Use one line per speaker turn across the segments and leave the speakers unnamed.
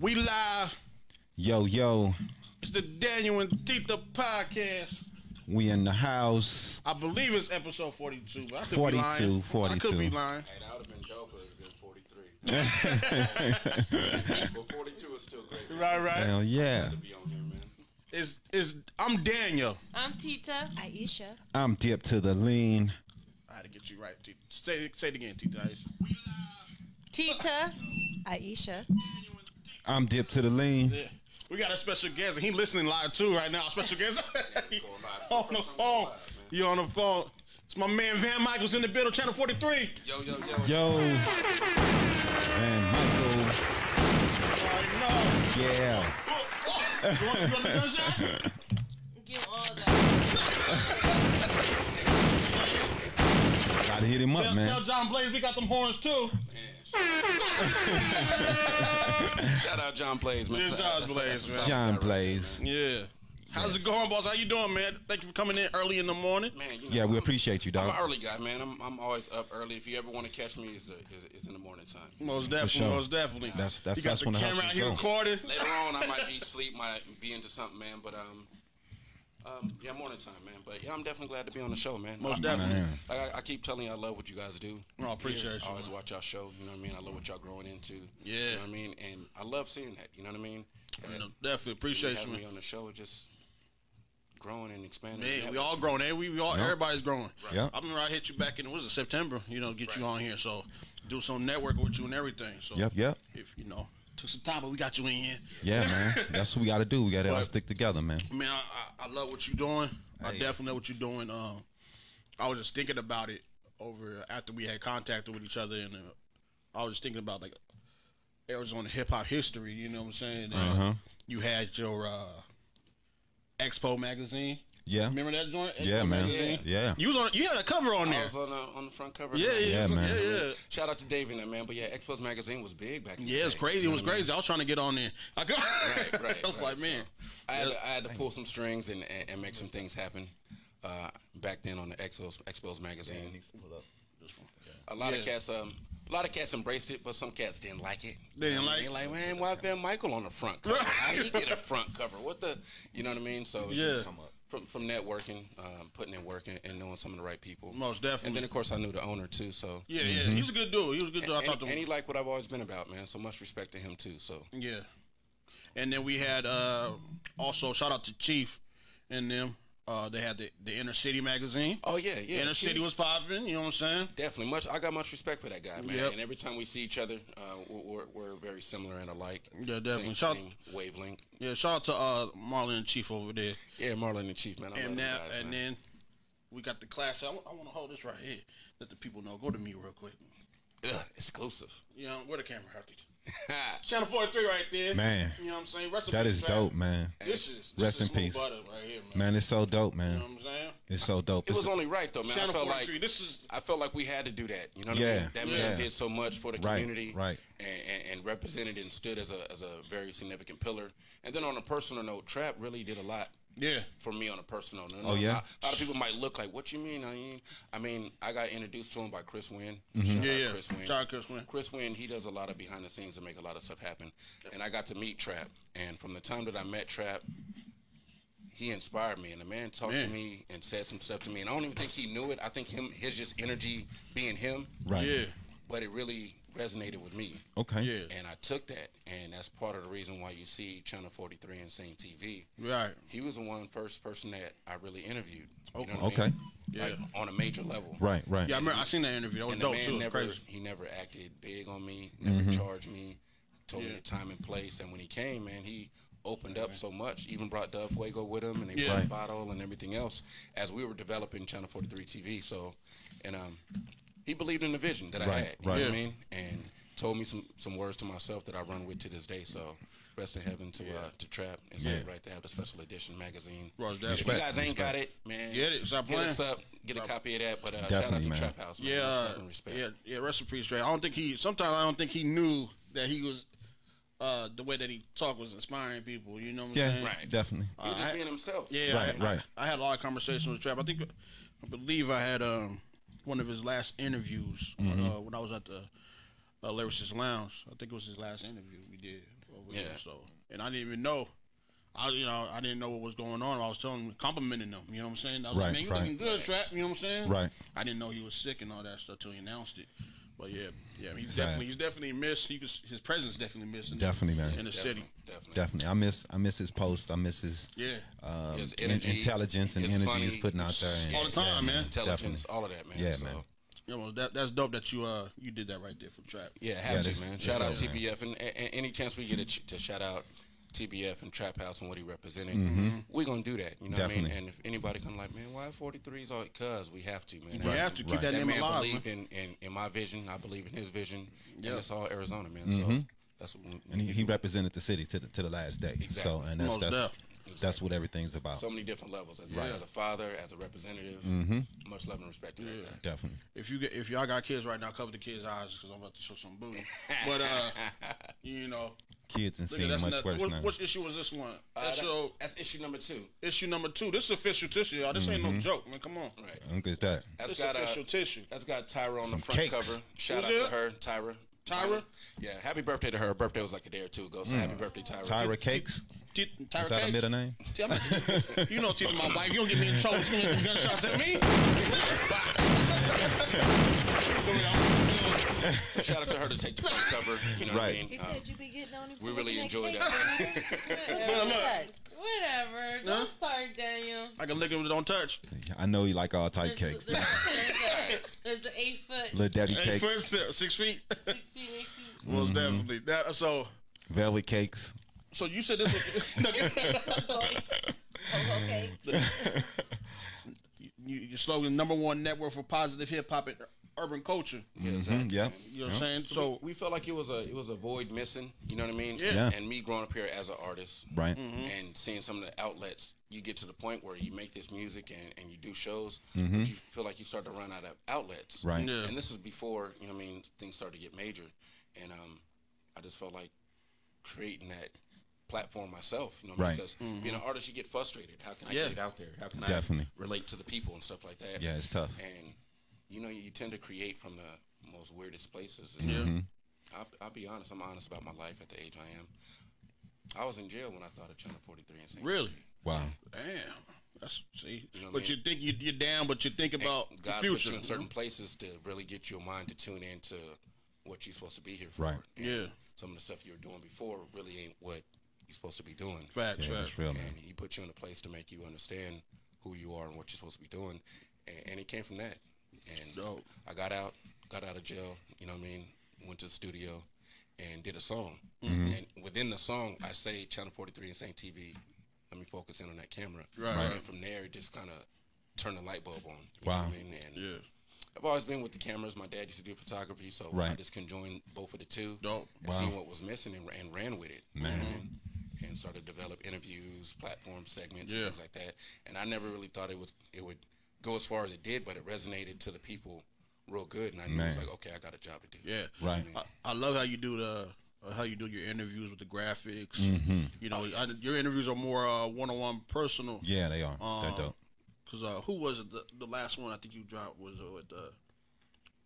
We live.
Yo, yo,
It's the Daniel and Tita podcast.
we in the house.
I believe it's episode 42, but I could be
42,
lying. I could
42.
be lying.
Hey, that would have been dope if it had been 43. but 42 is still great. Man.
Right, right.
Hell yeah.
To be on here, man.
It's, it's, I'm Daniel.
I'm Tita. Aisha.
I'm dipped to the lean.
I had to get you right, Tita. Say, say it again, Tita. We live.
Tita. Aisha.
I'm dipped to the lean.
Yeah. We got a special guest, and he listening live too right now. Special guest. He
going live.
on the
First
phone.
time going live, man.
You on the phone. It's my man Van Michaels in the building, channel 43.
Yo, yo, yo.
Yo, and Michael.
Oh,
Yeah.
no. you want, you want the gunshots?
Give all that.
Gotta hit him up,
Tell, tell
man.
John Blaze we got them horns too.
Shout out John Blaze, man.
Yeah,
That's-
John
that's-
Blaze,
that's
man.
a solid guy
John
right
Blaze.
Yeah. How's it going, boss? How you doing, man? Thank you for coming in early in the morning.
there. Man, you know,
Yeah, we
I'm-
appreciate you,
I'm an
dog.
early guy, man. I'm, I'm always up early. If you ever want to catch me, it's, a, it's, it's in the morning time.
Most definitely,
sure.
most definitely.
That's- that's-
you got
that's
the
when the
camera
hustlers
out here
go.
recording.
Later on, I might be asleep, might be into something, man. But um, um, yeah, morning time, man. But yeah, I'm definitely glad to be on the show, man.
Most
I-
definitely.
I, like, I, I keep telling you, I love what you guys do.
Oh, I appreciate
Here,
you,
I always
man.
watch y'all show. You know what I mean? I love what y'all growing into.
Yeah.
You know what I mean? And I love seeing that. You know what I mean?
You
And
know, definitely appreciate you,
having
man.
me on the show, it just growing and expanding.
Man,
Yeah,
we all grown, eh? We, we all everybody's growing.
Yeah.
I remember I hit you back in what was it September? You know, get you on here, so do some networking with you and everything. So
Yep, yep.
If you know, took some time, but we got you in here.
Yeah, man. That's what we gotta do. We gotta all
But-
stick together, man.
Man, I, I, I love what you're doing. I
Hey.
definitely know what you're doing. Um, I was just thinking about it over after we had contact with each other, and uh, I was just thinking about like Arizona hip hop history. You know what I'm saying? And
Uh-huh.
You had your uh, Expo magazine.
Yeah.
Remember that joint?
Yeah,
Expo
man.
magazine?
Yeah.
You was on. You had a cover on
I
there.
was on the, on the front cover.
Yeah, yeah,
Yeah, man.
yeah, yeah.
Shout out to Dave and that man, but yeah, Expos magazine was big back. in the
Yeah, it's
day.
crazy. It was crazy. I was trying to get on there. I, got,
right, right.
I was like,
So,
man.
I had, to, I had to pull some strings and, and, and make some things happen. Uh, back then on the Expos, Expos magazine, a lot of
Yeah.
cats, um, a lot of cats embraced it, but some cats didn't like it.
They didn't like-
They like, man, why Van Michael on the front cover? How he get a front cover? What the, you know what I mean? So it's
Yeah.
just from from networking, um, putting in work and, and knowing some of the right people.
Most
And
definitely.
then of course I knew the owner too, so.
Yeah, yeah.
Mm-hmm.
He was a good dude. He was a good dude. I
And,
talked to him.
and he liked what I've always been about, man. So much respect to him too. So
Yeah. And then we had uh also shout out to Chief and them. Uh they had the, the Inner City magazine.
Oh yeah, yeah.
Inner City
Keys.
was popping, you know what I'm saying?
Definitely, much. I got much respect for that guy, man.
Yep.
And every time we see each other, uh, we're, we're we're very similar and alike.
Yeah, definitely.
Same,
Shout-
same wavelength.
Yeah, shout out to uh Marlon and Chief over there.
Yeah, Marlon and Chief, man. I love
and
you
now
guys,
and
man.
then we got the class. I want to hold this right here. Let the people know. Go to me real quick.
Ugh, exclusive.
You know, where the camera at? Channel 43 right there.
Man.
You know what I'm saying? Rest in
That
peace,
is
Travis.
dope, man.
This is this
Rest
is
in
smooth
peace.
butter right here, man.
Man, it's so dope,
You
man.
know what I'm saying?
It's so dope.
it
It's-
was only right though, man. I
Channel
felt
43.
like
this is
I felt like we had to do that. You know what I
Yeah,
mean? That
yeah.
man did so much for the
Right,
community,
right.
And, and, and represented and stood as a as a very significant pillar. And then on a personal note, Trap really did a lot
yeah.
for me on a personal. note.
Oh, yeah?
a lot of people might look like, "What you mean?" I mean, I mean, I got introduced to him by Chris Wynn.
Mm-hmm.
Shout
Yeah,
out
yeah.
Chris Wynn.
Shout out Chris Wynn.
Chris Wynn, he does a lot of behind the scenes to make a lot of stuff happen. And I got to meet Trap, and from the time that I met Trap, he inspired me. And the man talked to
Man.
me and said some stuff to me, and I don't even think he knew it. I think him, his just energy being him,
right.
Yeah.
but it really resonated with me.
Okay.
Yeah.
And I took that, and that's part of the reason why you see Channel 43 and Same TV
Right.
he was the one first person that I really interviewed. You know what I
Oh, Okay.
mean?
Yeah.
Like, on a major level.
Right, right.
Yeah, I remember I seen that interview. That was
And the
dope
man
too. It was
never
Crazy.
he never acted big on me, never
Mm-hmm.
charged me, told
Yeah.
me the time and place. And when he came, man, he opened up so much. Even brought Dove Fuego with him and they
Yeah.
brought
Right.
Bottle and everything else as we were developing Channel forty three TV. So and um he believed in the vision that I
Right,
had. You
right.
know what I
Yeah.
mean? And told me some, some words to myself that I run with to this day. So rest in heaven to uh, to Trap. It's
Yeah.
right to have the special edition magazine.
Right,
If
that's
you
Respect,
guys ain't got it, man,
Get it, stop
hit
playing.
us up. Get a copy of that. But uh, shout out
Definitely,
to
man.
Trap House, man.
Yeah,
Just
uh,
love and respect.
yeah, yeah. Rest in peace, Dre. I don't think he. Sometimes I don't think he knew that he was uh, the way that he talked was inspiring people. You know what I'm
Yeah,
saying?
Right.
definitely.
He was just being himself.
Uh, Yeah,
Right,
I,
right.
I, I had a lot of conversations with Trap. I think, I believe I had um, one of his last
Mm-hmm.
interviews uh, when I was at the uh, Lyricist Lounge. I think it was his last interview we did. over yeah.
Yeah.
So, and I didn't even know. I you know I didn't know what was going on. I was telling him, complimenting them. You know what I'm saying? I was
Right,
like, man, you
right.
looking good, trap. You know what I'm saying?
Right.
I didn't know he was sick and all that stuff till he announced it. But yeah, yeah, he's
Sad.
definitely he's definitely missed. He was, his presence definitely missed. in-
Definitely, man.
in the
Definitely,
city.
Definitely.
Definitely. I miss I miss his post. I miss his
Yeah,
um,
His
in-
energy,
intelligence and
his
energy
funny-
he's putting out there. And,
all the time, man.
Intelligence, all of that, man.
Yeah,
so,
man.
Yeah, well, that that's dope that you uh you did that right there for trap.
Yeah,
Yeah,
have
this-
to, man.
this
Shout out
dope, man.
TBF. And, a- a- any chance we get a ch- to shout out TBF and Trap House and what he represented,
Mm-hmm.
we're going to do that. You know what
Definitely.
I mean? And if anybody come like, man, why 43s? all Because we have to, man.
You have to keep
Right.
that,
That
name
man
alive.
believed
man.
in, in, in my vision. I believe in his vision.
Yeah. Mm-hmm.
And it's all Arizona, man. So that's what we,
and he, he represented the city to the to the last day. So
Exactly.
and that's
Most
that's,
definitely.
that's what everything's about.
so many different levels. As,
Right.
as a father, as a representative,
Mm-hmm.
much love and respect to that guy.
Definitely.
If you get, if y'all got kids right now, cover the kids' eyes because I'm about to show some booty. But uh, you know,
Kids and
look at
seeing
that's
much
another.
worse now.
What, which issue was this one?
Uh,
that's
that-
your
that's issue number two.
issue number two. This is official tissue, y'all. This ain't
Mm-hmm.
no joke, man. Come on,
Right.
Look at that.
That's
this
got
official
uh,
tissue.
that's got Tyra on the front
cakes.
cover. Shout
Who's
out
it?
to her, Tyra.
Tyra?
Yeah, happy birthday to her. Her birthday was like a day or two ago, so happy birthday, Tyra.
Mm. Tyra Cakes.
T-
Is that a
Tyra
middle
Cakes. Tell
name?
me- you know, teaching my wife. You don't get me in trouble. You don't get gunshots at me.
So shout out to her to take the front cover. You know
Right.
what I mean?
He
Um,
said you be getting on him.
we really enjoyed
it.
that.
Whatever. Don't start, Daniel.
I can lick it, but don't touch.
I know you like all type cakes.
There's, there's, there's, a, there's an eight foot,
Little Daddy
Eight foot,
Cakes,
six feet.
six feet, eight feet.
Mm-hmm.
Most definitely. That so.
Velvet Cakes.
So you said this was
Oh, okay.
you, your slogan number one network for positive hip hop and urban culture.
Yeah, exactly.
Mm-hmm. Hmm, Yeah.
You know what I'm saying?
So
So
we felt like it was a it was a void missing. You know what I mean?
Yeah. Mm-hmm.
Yeah.
And me growing up here as an artist,
Right.
and seeing some of the outlets, you get to the point where you make this music and, and you do shows, but you feel like you start to run out of outlets.
Mm-hmm. Right.
Yeah.
And this is before, you know what I mean, things started to get major. And um, I just felt like creating that platform myself, you know what I mean?
Right.
Because being an artist, you get frustrated. How can I
Mm-hmm. Yeah.
get it out there? How can
Definitely.
I relate to the people and stuff like that?
Yeah, it's tough.
And, you know, you tend to create from the most weirdest places.
yeah,
I'll, I'll be honest. I'm honest about my life at the age I am. I was in jail when I thought of Channel 43 and Saint
Really?
Street.
Wow.
damn. That's see.
You know what
but
I mean?
you think you, you're down, but you think about
And
Oh, the
God puts
future.
you in certain places to really get your mind to tune into what you're supposed to be here for.
Right.
And
Yeah.
Some of the stuff you were doing before really ain't what you're supposed to be doing.
Facts,
Yeah,
facts.
that's real, man.
And he put you in a place to make you understand who you are and what you're supposed to be doing. And, and it came from that. And
Dope.
I got out, got out of jail, you know what I mean? Went to the studio and did a song.
Mm-hmm.
And within the song, I say Channel 43 and saying TV, let me focus in on that camera.
Right, Right.
And from there, it just kind of turned the light bulb on. You
Wow.
Know what I mean? And
Yeah,
I've always been with the cameras. My dad used to do photography, so I
Right.
just conjoined both of the two.
Dope.
And Seeing what was missing and, and ran with it.
Man.
Mhm. And started to develop interviews, platform segments,
Yeah.
things like that. And I never really thought it was it would go as far as it did, but it resonated to the people real good. And I knew it was
Man.
like, okay, I got a job to do.
yeah.
Right.
I, I love how you do the. uh, How you do your interviews with the graphics, you know, I, your interviews are more uh, one-on-one, personal.
Yeah, they are.
Um,
They're dope.
Cause uh, who was it? The, the last one I think you dropped was uh, with uh,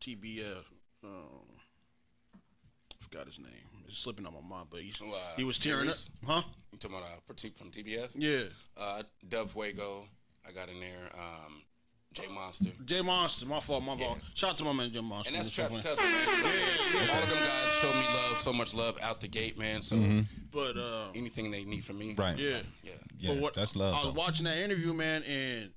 TBF. Um, forgot his name. It's slipping on my mind, but he's,
Oh, uh,
he was tearing up,
Tyrese?
huh?
You talking about uh, Pratik from TBF?
Yeah,
Uh, Dove Fuego, I got in there. Um, J Monster.
J Monster. My fault. My fault.
Yeah.
Shout out to my man J Monster.
And that's
Mr.
Trap's
Wayne.
cousin. man. All of them guys showed me love, so much love out the gate, man. So
But uh,
anything they need from me,
Right.
yeah,
Yeah.
Yeah,
but what,
that's love.
I was
though.
watching that interview, man, and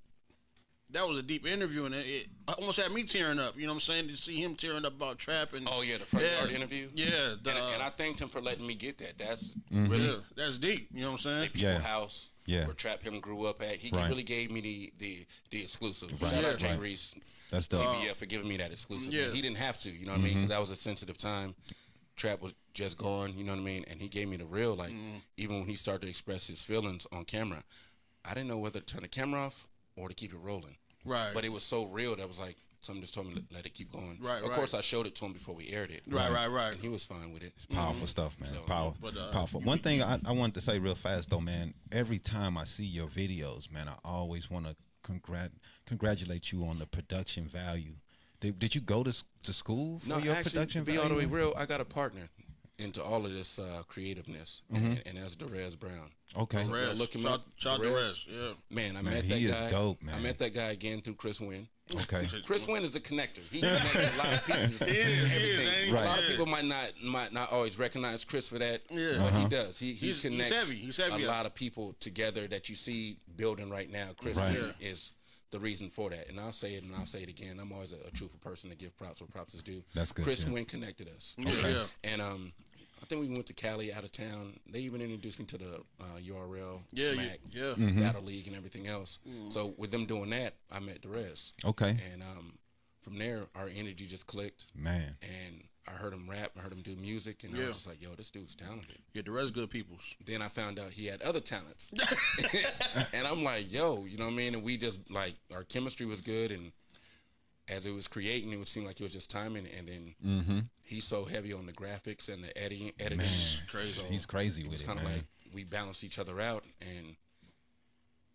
that was a deep interview, and it, it almost had me tearing up. You know what I'm saying? To see him tearing up about trap and
Oh yeah, the front
Yeah.
yard interview.
Yeah, the-
and, and I thanked him for letting me get that. That's
really,
Mm-hmm.
that's deep. You know what I'm saying?
people
Mm. Yeah.
house
Yeah.
where Trap him grew up at. He
Right.
really gave me the the, the exclusive. Shout
Yeah.
out Jay
Right.
Reese,
That's dope.
TBF for giving me that exclusive.
Yeah.
He didn't have to, you know what I mean?
Mm-hmm.
Because that was a sensitive time. Trap was just gone, you know what I mean? And he gave me the real, like
Mm.
even when he started to express his feelings on camera, I didn't know whether to turn the camera off or to keep it rolling.
Right.
But it was so real that was like someone just told me let it keep going.
Right,
Of
right.
course, I showed it to him before we aired it.
Right, right, right.
And he was fine with it.
Powerful stuff, man. Power,
but, uh,
powerful. One thing I, I wanted to say real fast though, man. Every time I see your videos, man, I always want to congrat congratulate you on the production value. Did, did you go to s- to school for
No,
your
actually,
production
to be
value?
all the way real, I got a partner. into all of this uh, creativeness, and,
Mm-hmm.
and that's Derez Brown.
Okay.
Rez.
look him
Shout-
up.
Shout
Rez.
to Rez. Yeah.
Man, I
Man,
met
he is
that guy.
dope,
I
man.
met that guy again through Chris Wynn.
Okay.
Chris Wynn is a connector. He connects a lot of pieces.
He is, he is,
everything.
ain't he?
Right.
A lot of
Yeah.
people might not might not always recognize Chris for that,
Yeah.
but
Uh-huh.
he does. He he
He's- he's
connects
heavy. He's heavy.
a lot of people together that you see building right now. Chris
Right.
Wynn is the reason for that, and I'll say it and I'll say it again. I'm always a, a truthful person to give props where props is due.
That's good,
Chris
yeah.
Wynn connected us,
Yeah,
Okay.
yeah.
and um. I think we went to Cali out of town. They even introduced me to the uh, URL,
Yeah, yeah,
Smack,
yeah. Mm.
Battle League, and everything else. So with them doing that, I met the rest
Okay.
and um, from there our energy just clicked
Man.
and i heard him rap i heard him do music and i
Yeah.
was just like yo this dude's talented
Yeah, the Rez good peoples.
then i found out he had other talents and i'm like yo you know what i mean and we just like our chemistry was good and as it was creating it would seem like it was just timing and then he's so heavy on the graphics and the editing editing
Crazy.
Mm-hmm. He's crazy with
it's
it,
kind
man.
of like we balance each other out and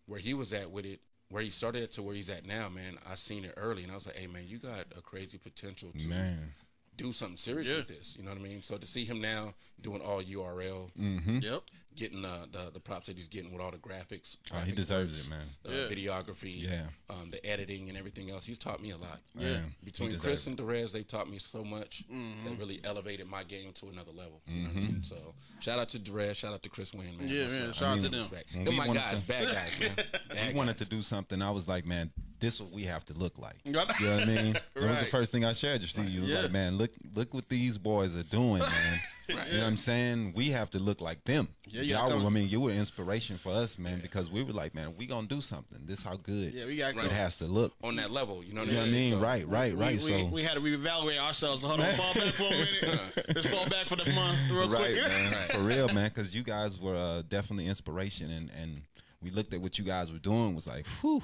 where he was at with it where he started to where he's at now man i seen it early and i was like hey man you got a crazy potential to
man.
do something serious
Yeah.
with this you know what i mean so to see him now doing all url
Yep.
getting uh, the the props that he's getting with all the graphics
Oh, he
graphic
deserves
works,
it, man.
uh,
Yeah.
videography
Yeah.
um, the editing and everything else he's taught me a lot
Yeah. Mm-hmm.
Man, he
between
deserves
Chris
it.
and Derez, they've taught me so much that really elevated my game to another level. You know what I mean? So shout out to Derez, shout out to Chris Wayne, man.
Yeah,
That's
man,
what I-
shout out to them.
respect.
Mm-hmm. When
They're
we
my
wanted
guys,
to-
bad guys, man. Bad
we wanted to
guys.
do something. I was like, man, this what we have to look like. You know
Got
what
it.
I mean? That was the
Right.
first thing I shared just to you. It was
Yeah.
Like, man, look look what these boys are doing, man. You know what I'm saying? We have to look like them.
Yeah, you
Y'all,
gotta
were- I
come-
mean, you were inspiration for us, man, because we were like, man, we gonna do something. This how good
Yeah, we gotta
it
come.
has to look.
on that level. You know what,
You know what I mean?
So,
right, right, right.
we,
so
we, we had to reevaluate ourselves. Hold on, fall back for a minute. Let's fall back for the month real
right,
quick.
man. For real, man, because you guys were uh, definitely inspiration, and and we looked at what you guys were doing. Was like, whew.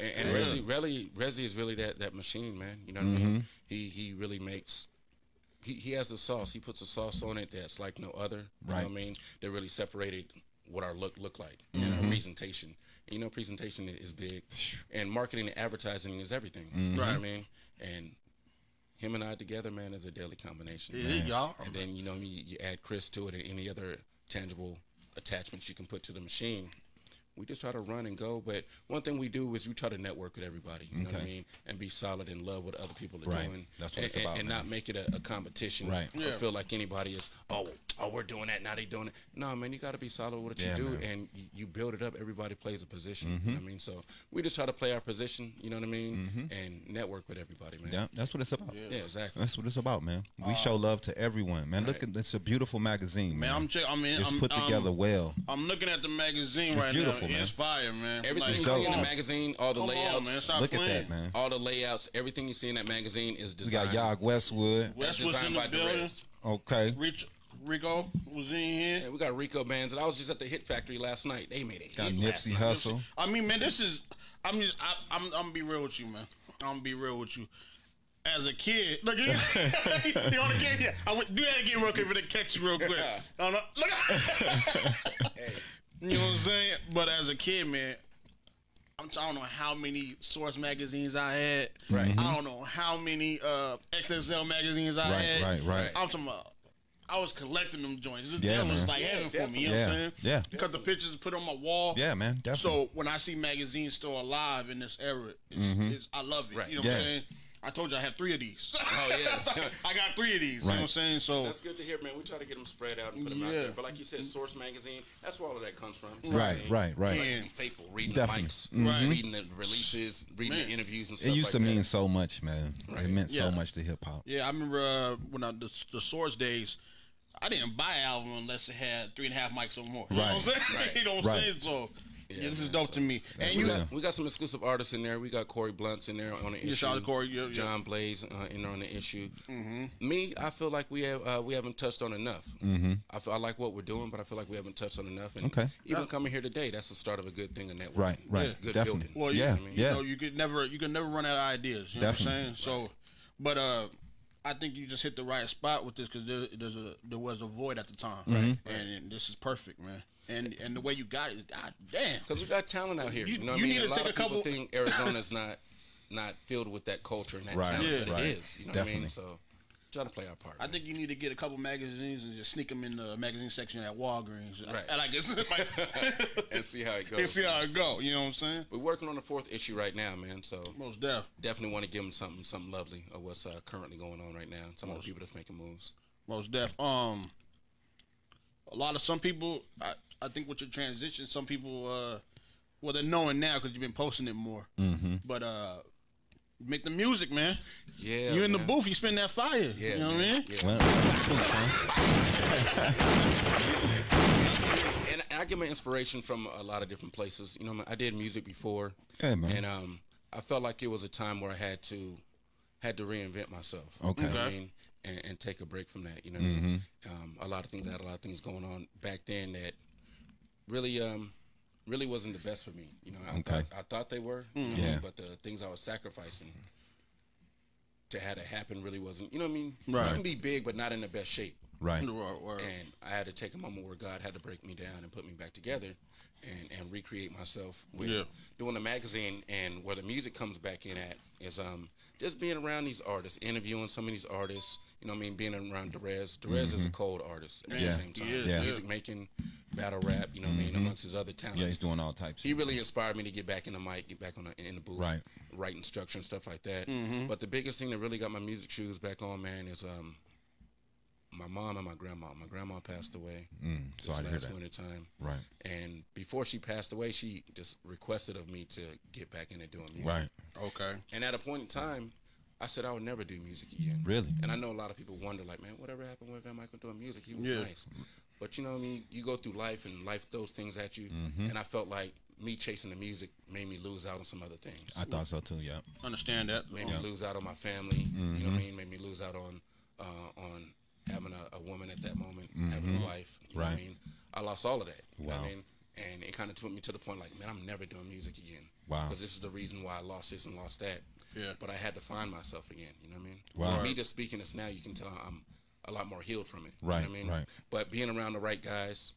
And, and Rezzy, really, Rezzy is really that that machine, man. You know what I mean? He he really makes. He, he has the sauce. He puts a sauce on it that's like no other. You know
Right.
what I mean? That really separated what our look looked like and our presentation. And you know, presentation i- is big, and marketing and advertising is everything. You know what I
Right.
mean? And him and I together, man, is a deadly combination.
Yeah, y'all.
And then you know you, you add Chris to it and any other tangible attachments you can put to the machine. We just try to run and go, but one thing we do is we try to network with everybody. You know what I
Okay.
mean, and be solid and love what other people are
Right.
doing.
That's what
and,
it's about,
and
man.
not make it a, a competition.
Right.
Or
Yeah.
feel like anybody is oh oh we're doing that now they doing it. No man, you got to be solid with what
Yeah,
you do
man. Mm-hmm.
and you, you build it up. Everybody plays a position. You know what I mean, so we just try to play our position. You know what I mean, and network with everybody, man.
yeah, that's what it's about.
Yeah, exactly.
That's what it's about, man. We show love to everyone, man. Look
Uh, right.
at it's a beautiful magazine, man.
Man, I'm check. I mean,
it's
I'm,
put
I'm-
together well.
I'm looking at the magazine
It's
right
beautiful,
now. Yeah,
man.
It's fire, man.
Everything
Like,
you
go,
see in the
man.
magazine, all the
Come
layouts,
on, man. Stop
Look
playing.
at that, man.
All the layouts, everything you see in that magazine is
We
designed.
got Yog Westwood.
Wes was in
designed by
the building.
Derez.
Okay.
Rich, Rico was in here.
Yeah, we got Rico bands, and I was just at the Hit Factory last night. They made a
Got
hit last
Nipsey
night.
Hustle.
I mean, man, this is. I'm just. I, I'm. I'm gonna be real with you, man. I'm gonna be real with you. As a kid, look at you. you on the game? Yeah. I went, do that again real quick for the catch you real quick. I don't know. Look. You know what I'm saying? But as a kid, man, I'm. I don't know how many Source magazines I had. Right. I don't know how many uh, XXL magazines I
Mm-hmm. Right,
had.
right, right.
I'm talking about. I was collecting them joints.
Yeah,
that was
man.
like heaven for me. You know what I'm
Yeah.
saying?
Yeah.
Because the pictures put on my wall.
Yeah, man. Definitely.
So when I see magazines still alive in this era, it's, it's, I love it.
Right.
You know what
Mm-hmm. Yeah.
I'm saying? I told you I have three of these.
Oh yes,
I got three of these. You know
Right.
what I'm saying? So
that's good to hear, man. We try to get them spread out and put them out
Yeah.
there. But like you said, Source Magazine, that's where all of that comes from.
Right,
So,
right, right.
Let's be faithful, reading
Definitely.
the mics,
Right.
reading the releases, reading
Man.
the interviews and
it
stuff.
used
like
to
that.
mean so much, man. It meant so
Yeah.
much to hip hop.
yeah, I remember uh, when I the, the Source days, I didn't buy an album unless it had three and a half mics or more. You know what I'm
Right.
saying? you know what I'm
Right.
saying? So yeah, this is
man,
dope to me. And you,
real.
got-
We got some exclusive artists in there. We got Corey Blunt's in there on the issue.
shout out to Corey, yeah, Mm-hmm. yeah.
John Blaze uh, in there on the issue. Me, I feel like we have uh, we haven't touched on enough. I feel I like what we're doing, but I feel like we haven't touched on enough. And
Mm-hmm. Okay.
even coming here today, that's the start of a good thing in networking.
Right, right.
Yeah.
Good
Definitely.
building.
well, you-
yeah,
you,
yeah.
know, you could never, you could never run out of ideas. You know what I'm saying?
Definitely.
So, but uh. I think you just hit the right spot with this because there, there's a there was a void at the time, right? And, this is perfect, man. And and the way you got it, god damn.
Because we got talent out here. You,
You-
know what
you
I mean?
need to
a lot
take
of
a
people
couple-
think Arizona's not not filled with that culture and that
Right,
talent
Yeah.
that
right.
it is. You know what I mean?
Definitely.
So trying to play our part.
I think you need to get a couple magazines and just sneak them in the magazine section at Walgreens.
Right.
I, I like this. Like,
and see how it
and
goes.
see how it go. You know what I'm saying?
We're working on the fourth issue right now, man. So
Most deaf.
definitely want to give them something, something lovely of what's uh, currently going on right now. Some of the people that's making moves.
Most deaf. Um, a lot of some people. I, I think with your transition, some people. Uh, well, they're knowing now because you've been posting it more. Mm-hmm. But uh, make the music, man.
Yeah,
you in the
man.
booth, you spin that fire.
Yeah,
you know what I
man.
mean?
Yeah.
Well, huh?
and I get my inspiration from a lot of different places. You know, I did music before,
Yeah, man.
and um, I felt like it was a time where I had to had to reinvent myself.
Okay. Mm-hmm.
you know what I
Okay.
mean? and, and take a break from that. You know, what I mean? um, a lot of things I had a lot of things going on back then that really um really wasn't the best for me. You know, I,
Okay.
thought, I thought they were, you know what I mean?
Yeah.
but the things I was sacrificing. To have it happen really wasn't, you know what I mean?
Right.
You can be big, but not in the best shape
right.
Or- or-
and I had to take a moment where God had to break me down and put me back together and, and recreate myself with
Yeah.
doing the magazine and where the music comes back in at is um just being around these artists, interviewing some of these artists, you know what I mean, being around Derez. Derez is a cold artist at
Mm-hmm. Yeah.
the same time.
He is, Yeah. Mm-hmm.
Music making, battle rap, you know what I mean, amongst his other talents.
Yeah, he's doing all types.
He really inspired me to get back in the mic, get back on the, in the booth,
Right.
writing structure and stuff like that. But the biggest thing that really got my music shoes back on, man, is um, my mom and my grandma. My grandma passed away
Mm,
this
sorry to hear
last
that.
winter time,
Right.
and before she passed away, she just requested of me to get back into doing music.
Right.
okay.
And at a point in time, I said I would never do music again.
Really?
And I know a lot of people wonder, like, man, whatever happened with Van Michael doing music? He was
Yeah.
nice. But you know what I mean? You go through life and life throws things at you. And I felt like me chasing the music made me lose out on some other things.
I thought so too. Yeah.
Understand that.
made me lose out on my family. You know
Mm-hmm.
what I mean? Made me lose out on uh, on having a, a woman at that moment, having a wife. You know what
Mm-hmm. Right.
I mean? I lost all of that. You know
Wow.
what I mean? And it kind of took me to the point like, man, I'm never doing music again.
Wow.
Because this is the reason why I lost this and lost that.
Yeah.
But I had to find myself again. You know what I mean?
Wow.
Me just speaking this now, you can tell I'm a lot more healed from it. You
Right,
know what I mean?
right.
But being around the right guys,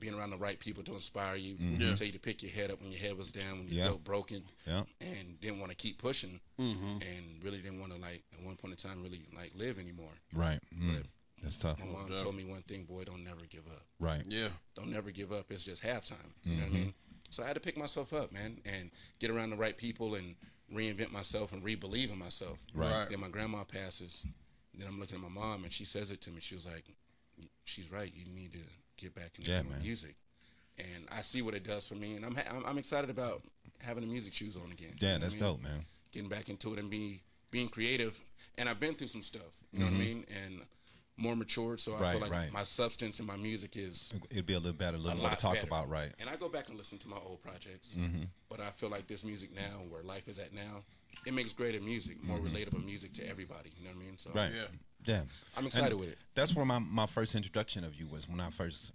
being around the right people to inspire you,
Yeah.
tell you to pick your head up when your head was down, when you
Mm-hmm. Yeah.
felt broken,
Yeah.
and didn't want to keep pushing,
Mm-hmm.
and really didn't want to like at one point in time really like live anymore.
Right. Mm. That's tough.
My mom told me one thing, boy, don't never give up.
Right.
Yeah.
Don't never give up. It's just halftime. You
Mm-hmm.
know what I mean? So I had to pick myself up, man, and get around the right people and reinvent myself and re-believe in myself.
Right.
Right.
Then my grandma passes. Then I'm looking at my mom, and she says it to me. She was like, "She's right. You need to get back into
Yeah,
doing
man.
music." And I see what it does for me, and I'm ha- I'm, I'm excited about having the music shoes on again. You know
Yeah,
what
that's
I mean?
dope, man.
getting back into it and be being creative. And I've been through some stuff, you know what I mean, and more matured. So I
Mm-hmm. Right,
feel like
right.
my substance and my music is
It'd be a little better, a
a
little more
lot
to talk
better.
about, right?
And I go back and listen to my old projects,
Mm-hmm.
but I feel like this music now, where life is at now, it makes greater music, more relatable music to everybody. You know what I mean? So
Mm-hmm. Right.
Yeah.
Yeah.
I'm excited
And
with it.
That's where my, my first introduction of you was when I first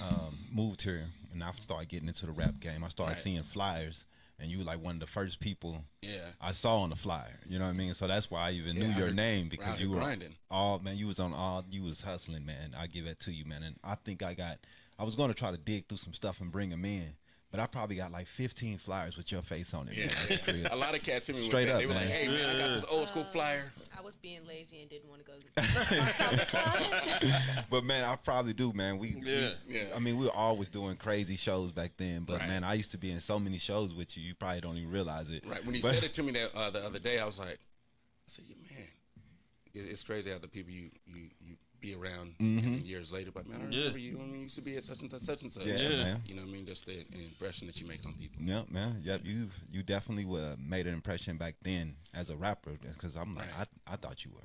um, moved here and I started getting into the rap game. I started
Right.
seeing flyers and you were like one of the first people
Yeah.
I saw on the flyer. You know what I mean? So that's why I even
Yeah,
knew
I
your
heard-
name
I
because
heard
you were
grinding.
all man, you was on all you was hustling, man. I give that to you, man. And I think I got I was gonna try to dig through some stuff and bring them in, but I probably got like fifteen flyers with your face on it. man. For real.
A lot of cats hit me
Straight
with that.
up,
they were like,
man.
"Hey man, I got this old school flyer."
I was being lazy and didn't want to go.
But man, I probably do, man. We, we-
Yeah.
Yeah.
I mean, we were always doing crazy shows back then. But
Right.
man, I used to be in so many shows with you. You probably don't even realize it.
Right. When you
But-
said it to me that uh, the other day, I was like, I said, yeah, man, it, it's crazy how the people you you you be around
Mm-hmm.
and then years later, but man, I
Yeah.
remember you. I mean, you used to be at such and such, such and such.
Yeah,
Yeah.
man.
You know what I mean? Just the impression that you make on people.
Yep, man. Yep, you you definitely uh, made an impression back then as a rapper because I'm like
Right.
I, I thought you were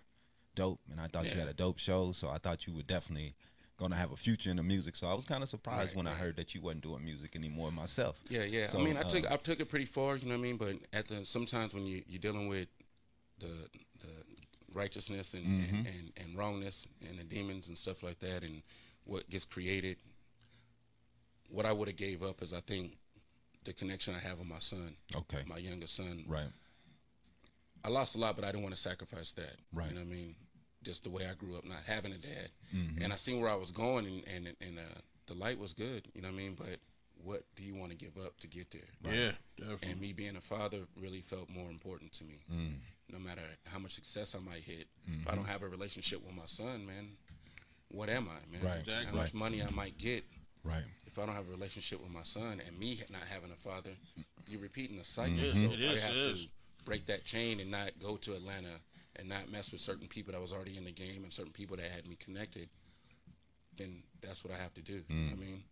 dope and I thought you
Yeah.
had a dope show, so I thought you were definitely gonna have a future in the music. So I was kind of surprised
Right,
when I
right.
heard that you wasn't doing music anymore myself.
Yeah, yeah.
So,
I mean, I
uh,
took I took it pretty far. You know what I mean? But at the sometimes when you you're dealing with the the righteousness and,
Mm-hmm.
and, and and wrongness and the demons and stuff like that and what gets created, what I would have gave up is I think the connection I have with my son,
uh, Okay.
my youngest son,
Right.
I lost a lot, but I didn't want to sacrifice that.
Right.
You know what I mean? Just the way I grew up, not
Mm-hmm.
having a dad, and I seen where I was going, and and and uh, the light was good. You know what I mean? But what do you want to give up to get there?
Yeah, definitely.
And me being a father really felt more important to me.
Mm.
No matter how much success I might hit, if
Mm-hmm.
I don't have a relationship with my son, man, what am I, man?
Right,
Exactly.
How much money I might get
Right.
if I don't have a relationship with my son and me not having a father, you're repeating the cycle.
Yes,
So
it
I
is,
have
it
to
is.
break that chain and not go to Atlanta and not mess with certain people that was already in the game and certain people that had me connected. Then that's what I have to do. I mean,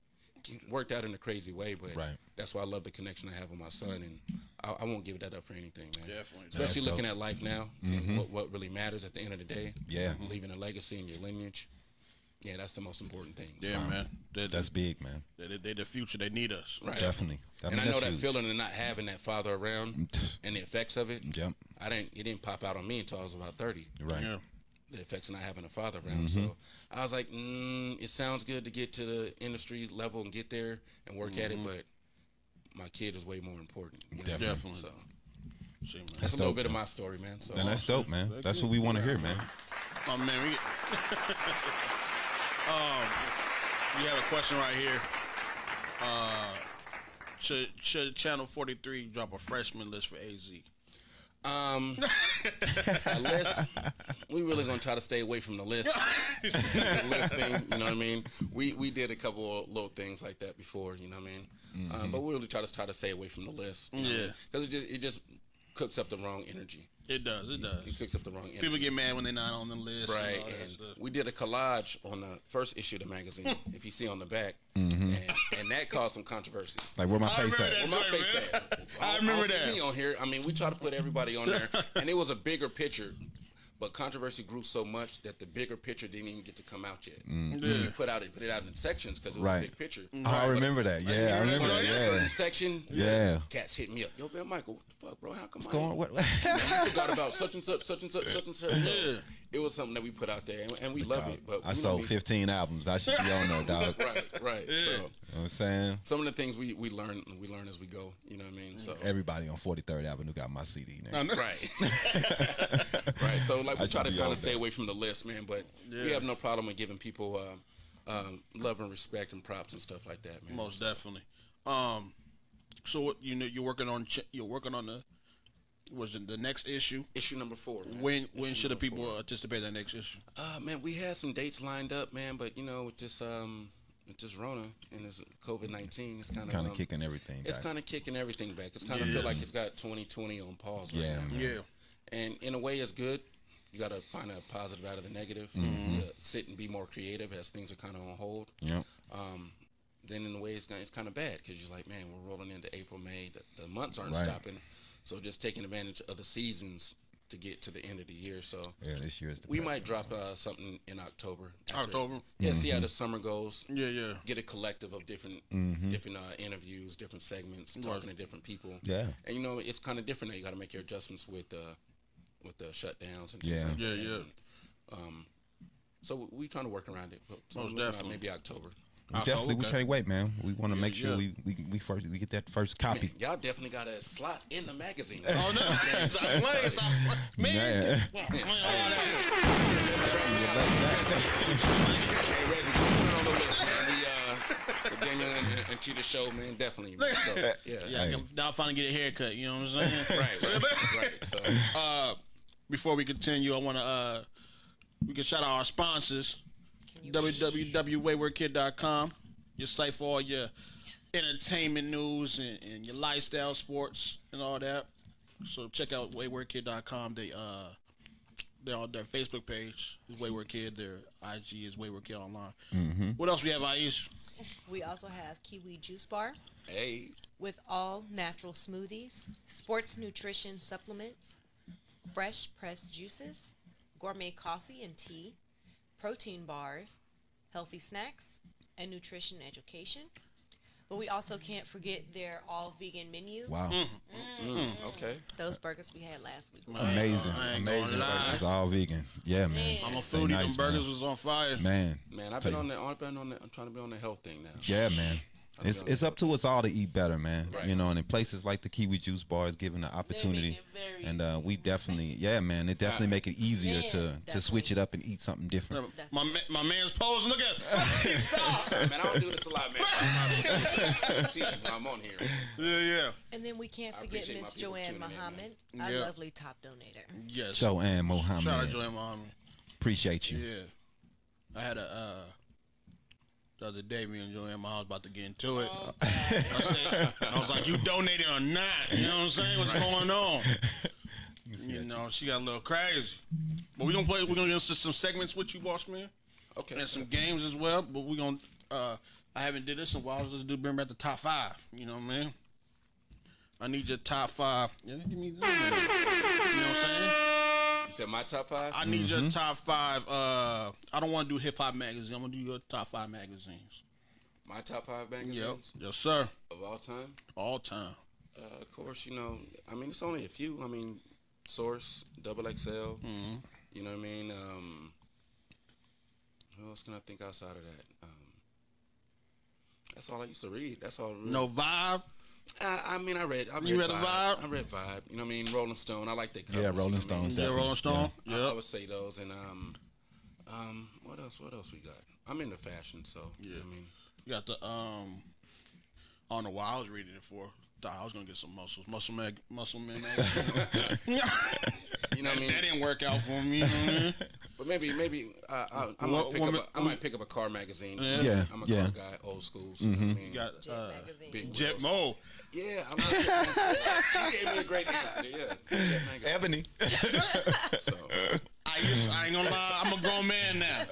it worked out in a crazy way, but
Mm. Right.
that's why I love the connection I have with my son, and I, I won't give that up for anything, man.
Definitely.
Especially
That's Mm-hmm.
looking at life now and what, what really matters at the end of the day.
Yeah.
Leaving a legacy in your lineage. Yeah, that's the most important thing. So-
yeah, man. They,
That's big, man.
they, they, they the future. They need us.
Right.
Definitely. I mean,
and I know
that's
that
huge. Mm.
feeling of not having that father around and the effects of it.
Yep.
I didn't. It didn't pop out on me until I was about thirty.
Right. Mm-hmm.
Yeah.
The effects of not having a father around. So I was like, mm, it sounds good to get to the industry level and get there and work at it, but my kid is way more important. you know?
Mm-hmm. Definitely.
Definitely.
So
See, man.
that's a little
dope,
bit of
man.
my story, man. So
And that's dope, man. That's what we want to hear, man.
Oh man, we. um, we have a question right here. Uh, should should Channel Forty Three drop a freshman list for AZ?
um, unless we really gonna try to stay away from the list, the list thing, you know what I mean? We we did a couple of little things like that before, you know what I mean? Um, but we really try to try to stay away from the list, you know
Mm-hmm. Yeah.
because it just it just cooks up the wrong energy.
It does. It does.
It cooks up the wrong energy.
People get mad when they're not on the list. and
Right,
all that
and
stuff.
we did a collage on the first issue of the magazine, if you see on the back,
Mm-hmm.
and, and that caused some controversy.
Like where my
I
face
remember
at.
that.
Where my
joint,
face
man.
at?
I remember
don't see
that.
me on here. I mean, we try to put everybody on there, and it was a bigger picture. But controversy grew so much that the bigger picture didn't even get to come out yet.
Yeah.
We put out it, put it out in sections because it was a
Mm. Right.
big picture.
Oh, I remember that. Yeah, I remember that.
Like, a certain
Yeah.
section.
Yeah.
Cats hit me up. Yo, man, Michael, what the fuck, bro? How come I
Going, what,
ain't- you forgot about such and such, such and such, such and such? So
Yeah.
It was something that we put out there, and, and we love it. But
I
we
sold
be-
15 albums. I should be on there, dog. You know
Right, right. So
what I'm saying?
some of the things we we learn we learn as we go. You know what I mean? So
Everybody on 43rd Avenue got my CD now.
Right. right. So like
I
we try
should
to
be
kind
on
of stay
that.
away from the list, man. But we
Yeah.
have no problem with giving people uh, um, love and respect and props and stuff like that, man.
Most definitely. Um, so what you know you're working on ch- you're working on the was it the next issue.
Issue number four. man.
When
Issue
when should the
number
people
four.
anticipate that next issue?
Uh, man, we had some dates lined up, man. But you know, with this um, with this Rona and this COVID nineteen, it's kind of
Kind of kicking everything
It's
back.
kind of kicking everything back. It's kind of feel like it's got 2020 on pause. Right
Yeah,
now.
man.
Yeah.
and in a way it's good you got to find a positive out of the negative
Mm-hmm.
to sit and be more creative as things are kind of on hold
Yep.
um, then in a way it's, gonna- it's kind of bad because you're like man we're rolling into april may the, the months aren't
Right.
stopping so just taking advantage of the seasons to get to the end of the year so
Yeah, this year is the
we might drop uh, something in october after-
October?
yeah see
Mm-hmm.
how the summer goes
Yeah, yeah.
get a collective of different
Mm-hmm.
different uh, interviews, different segments, talking to different people.
Yeah.
and you know it's kind of different. Now. You got to make your adjustments with uh, with the shutdowns and
Yeah.
things like
Yeah,
that.
yeah.
And, um, so we're trying to work around it. But so
Most
we're looking at
definitely.
maybe October.
We definitely, we
okay.
can't wait, man. We want to make sure
yeah.
we, we we first we get that first copy.
Man, y'all definitely got a slot in the magazine.
Oh no! Stop playing! Stop playing! Man,
Yeah.
Stop playing all that.
Hey, Reggie, put it on the list, man. We, uh, the Daniel and, and Keita show, man, definitely. Man. So, yeah.
Yeah, I
Hey.
can now finally get a haircut. You know what I'm saying?
Right, right, right. So,
Uh, before we continue, I want to uh, we can shout out our sponsors. www.waywardkid.com, your site for all your entertainment news and, and your lifestyle, sports, and all that. So check out waywardkid.com. They uh, they're on their Facebook page is Wayward Kid. Their IG is Wayward Kid Online.
Mm-hmm.
What else we have, Aish?
We also have Kiwi Juice Bar
hey,
with all natural smoothies, sports nutrition supplements, fresh pressed juices, gourmet coffee and tea, protein bars, healthy snacks, and nutrition education. But we also can't forget their all vegan menu.
Wow,
Mm-hmm.
okay.
Those burgers we had last week.
amazing,
I ain't gonna
amazing.
lie.
It's all vegan. Yeah, man.
I'm a
They
foodie. Them burgers
man.
was on fire.
Man,
Man, I've
Tell
been
you.
on the, I've been on the, I'm trying to be on the health thing now.
Yeah, man. It's it's up to us all to eat better, man.
Right.
You know, and in places like the Kiwi Juice Bar is given the opportunity,
it very
and uh, we definitely, yeah, man, it definitely make it easier
Yeah,
to to switch
definitely.
it up and eat something different.
My ma- my man's posing. Look at him.
man, I don't do this a lot, man. I'm, on here.
yeah, yeah.
And then we can't forget
appreciate my
Miss
people
Joanne
tuning in,
Muhammad,
man.
our
Yeah.
lovely top donator.
Yes.
Joanne
Shout out
Mohammed,
Joanne Muhammad.
appreciate you.
Yeah. I had a uh the other day me and Joanne my house about to get into it. I, said, and I was like, You donated or not? You know what I'm saying? What's going on? You know, she got a little crazy. But we're gonna play we're gonna get into some segments with you, boss man.
Okay.
And some games as well. But we're gonna uh I haven't did this in a while, let's do bring back the top five, you know what I mean? I need your top five. Yeah, give me that. You know what I'm saying?
You said my top five?
I need your top five. Uh, I don't want to do hip hop magazine. I'm gonna do your top five magazines.
my top five magazines
Yes, sir.
of all time?
All time.
Uh, of course, you know, I mean, it's only a few. I mean, Source, Double XL,
Mm-hmm.
you know what I mean? Um, who else can I think outside of that? Um, that's all I used to read. That's all.
No vibe.
I, I mean, I read. I read
You read the
vibe.
Vibe?
I read Vibe. You know what I mean? Rolling Stone. I like that. Covers,
Yeah,
you know
Rolling
what I mean?
Stones.
Yeah, Rolling Stone.
I- I,
Yep.
would say those, and um, um, what else? What else we got? I'm into fashion, so you know what I mean,
You got the um. I don't know why I was reading it for. Thought I was gonna get some muscles. Muscle mag. Muscle man. magazine.
you know what I mean.
that didn't work out for me. You know what I mean?
But maybe, maybe uh, I, I might
Wo-
pick
woman-
up. A, I might pick up a car magazine.
Yeah.
Yeah,
I'm a
yeah. Mm-hmm.
car guy, old school. So You know what I mean?
You got
Jet
uh,
magazine.
big
Jet
wheels.
Mo.
Yeah, I'm not, you gave me a great answer. Yeah, Jet magazine.
Ebony,
So
I used. I ain't gonna lie. I'm a grown man now.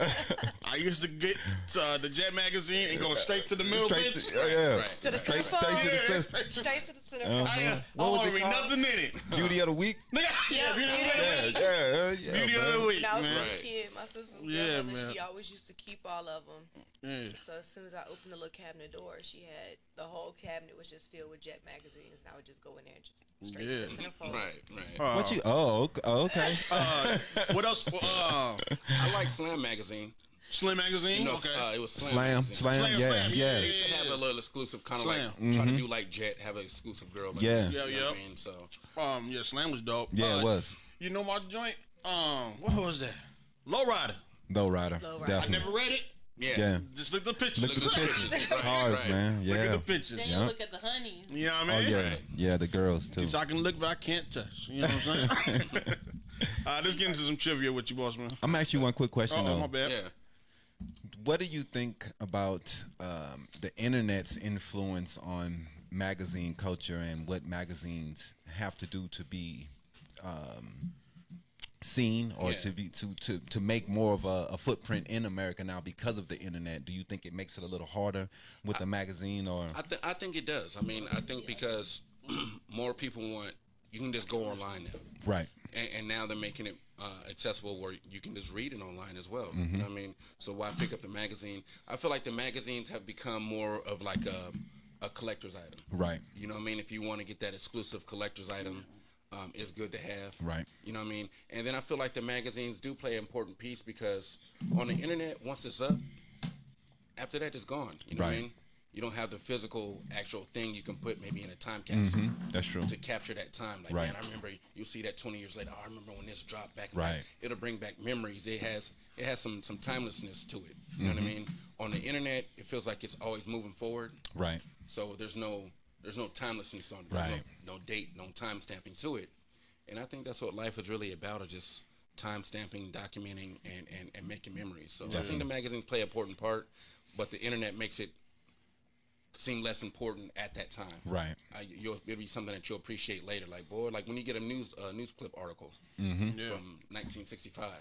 I used to get uh, the Jet magazine and go straight to the middle,
straight
bitch.
to, oh, yeah,
Right.
To the
Straight-
cinema.
straight to the system.
Straight to the cinema.
I, ain't- I
uh-huh. What was
don't
it
read
called?
nothing in it.
Beauty of the week.
Nigga, yeah, beauty of the
Beauty of the
week.
Week.
Yeah, yeah, yeah,
Beauty of the
bro.
week,
When I was a
man.
little
Right.
kid, my sister's
Yeah,
yeah, grandmother,
man.
she always used to keep all of them.
Yeah.
So as soon as I opened the little cabinet door, she had the whole cabinet was just filled with Jet magazines, and I would just go in there and just straight
Yeah.
to the centerfold.
right, right.
What you? Oh, okay. oh, okay.
Uh, what else? Uh,
I like Slam magazine.
Slim magazine.
You know,
Mm, okay.
uh, it was Slam.
Slam,
magazine.
slam,
Slam,
yeah,
slam,
yeah.
They used to have a little exclusive kind of like
Slam.
try to do like Jet, have an exclusive girl. Like,
Yeah.
you know
Yeah,
what
yeah.
I mean, so
um, yeah, Slam was dope.
Yeah,
Uh,
it was.
You know my joint. Um, what was that? Lowrider.
Low rider,
Low Rider. I
I
definitely.
never read it.
yeah,
yeah,
Just look at the pictures.
look at the pictures.
Right,
Hard,
right.
man.
Look at
Yeah.
the pictures.
Then
Yeah.
you look at the honey.
You know what
Oh
I mean?
yeah, yeah. The girls too.
So I can look, but I can't touch. You know what I'm saying? uh, let's get into some trivia with you, boss man.
I'm asking you one quick question
Oh,
though.
my bad.
yeah.
What do you think about um, the internet's influence on magazine culture and what magazines have to do to be um, seen or
Yeah.
to be to, to, to make more of a, a footprint in America now because of the internet? Do you think it makes it a little harder with a magazine or
I, th- I think it does. I mean, I think because more people want, you can just go online now.
right?
And, and now they're making it uh, accessible where you can just read it online as well.
Mm-hmm.
You know what I mean? So why pick up the magazine? I feel like the magazines have become more of like a, a collector's item.
Right.
You know what I mean? If you want to get that exclusive collector's item, um, it's good to have.
Right.
You know what I mean? And then I feel like the magazines do play an important piece because on the internet, once it's up, after that it's gone. You know what I
Right.
mean? You don't have the physical actual thing you can put maybe in a time capsule
That's true.
to capture that time. Like,
Right.
man, I remember you'll see that 20 years later. Oh, I remember when this dropped back. in
Right.
my-" It'll bring back memories. It has it has some some timelessness to it. You
Mm-hmm.
know what I mean? On the internet, it feels like it's always moving forward.
Right.
So there's no there's no timelessness on it. There's
Right.
No, no date, no time stamping to it. And I think that's what life is really about is just time stamping, documenting and, and, and making memories. So I think the magazines play an important part, but the internet makes it seem less important at that time.
Right.
Uh, you'll, it'll be something that you'll appreciate later. Like, boy, like when you get a news uh, news clip article
Yeah.
from 1965 and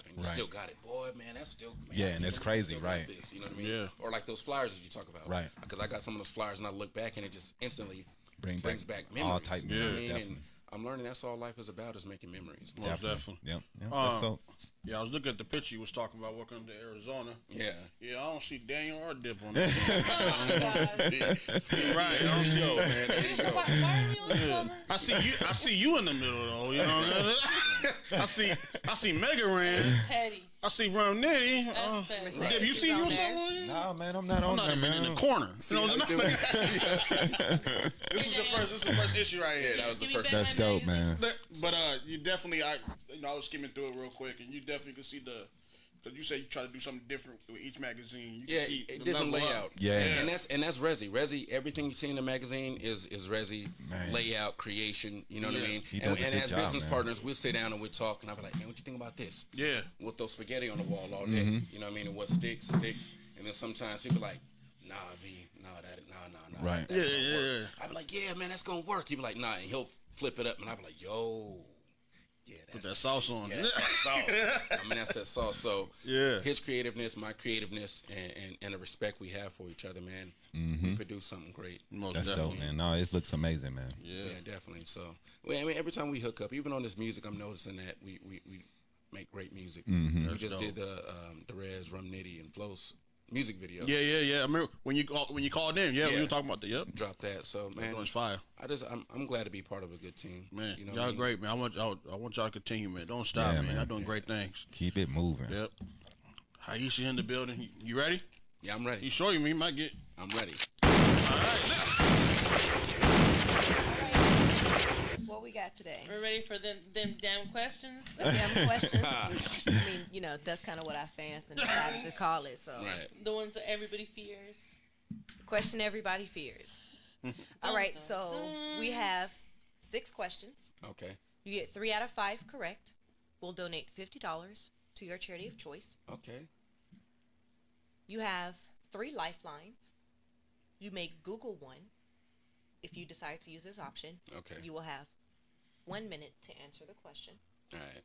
you
Mm-hmm. Right.
still got it. Boy, man, that's still man,
Yeah,
I
and
can't
it's
believe I
crazy,
still got
right.
This, you know what I mean?
Yeah.
Or like those flyers that you talk about,
Right.
Because I got some of those flyers and I look back and it just instantly
Bring
brings
back
back,
all
memories.
type
you know what
memories,
I mean?
definitely.
And I'm learning that's all life is about is making memories.
Most definitely.
Yep. yep.
Uh,
That's so
Yeah, I was looking at the picture you was talking about walking up to Arizona.
Yeah.
Yeah, I don't see Daniel or Dip on that.
Oh my God.
right, I don't see
Yo, man. there you
Why,
go.
why are we on the cover?
I see you. I see you in the middle though. You know. What I, mean? I see. I see Mega Ran.
Petty.
I see Rum Nitty.
That's
Uh,
petty.
Right.
Dip, you
He's
see
on
you
there.
somewhere?
Nah, man, I'm not on
I'm not
that,
even
man.
in the corner. You know
See,
what
I
I'm
do
saying?
it.
This is the first. This is the first issue right here.
Yeah, that was the
Give me
first.
back
That's
my
dope,
magazine.
man.
But- But uh, you definitely, I, you know, I was skimming through it real quick, and you definitely could see the, because you said you try to do something different with each magazine. You
Yeah,
can see
a
the
different
level up.
layout.
Yeah.
and that's and that's Resi. Resi, everything you see in the magazine is is Resi
Man.
layout creation. You know what
Yeah.
I mean?
He
and
does a
and
good
as
job,
business
man.
partners, we'll sit down and we'll talk, and I'll be like, "Man, what you think about this?"
Yeah.
We'll throw spaghetti on the wall all day. You know what I mean? And what sticks sticks. And then sometimes he'll be like, "Nah, V, nah, that, nah, nah, nah."
Right.
that
Yeah,
don't
yeah,
work." I'll be like, "Yeah, man, that's gonna work." He'll be like, "Nah," and he'll flip it up, and I'll be like, "Yo." Yeah,
Put
that's
that sauce on.
yeah, that's that sauce. I mean, that's that sauce. So
Yeah.
his creativeness, my creativeness, and, and, and the respect we have for each other, man. We produce something great.
Most
That's
definitely.
dope, man. No, it looks amazing, man.
Yeah.
Yeah, definitely. So well, I mean, every time we hook up, even on this music, I'm noticing that we we, we make great music. We just did the um, Derez, Rum Nitty, and Flo's music video.
Yeah, yeah, yeah. I remember when you call, when you called in. Yeah, we
Yeah.
were talking about that. Yep.
Drop that. So man,
It was fire,
I just I'm, I'm glad to be part of a good team.
man.
you know, what
y'all
I mean?
great, man. I want y'all. I want y'all to continue, man. Don't stop,
Yeah,
man.
man.
Y'all doing great things.
Keep it moving.
Yep. Aisha in the building. You- You ready?
Yeah, I'm
You
ready.
sure you, you might get.
I'm ready.
What we got today?
We're ready for them, them damn questions.
Damn question. I mean, you know, that's kind of what our fans decided to call it. So,
Right.
The ones that everybody fears.
question everybody fears. All
Dun,
right,
dun,
so
dun.
we have six questions.
Okay.
You get three out of five correct. We'll donate fifty dollars to your charity of choice.
Okay.
You have three lifelines. You may Google one. If you decide to use this option,
Okay.
you will have one minute to answer the question.
All right.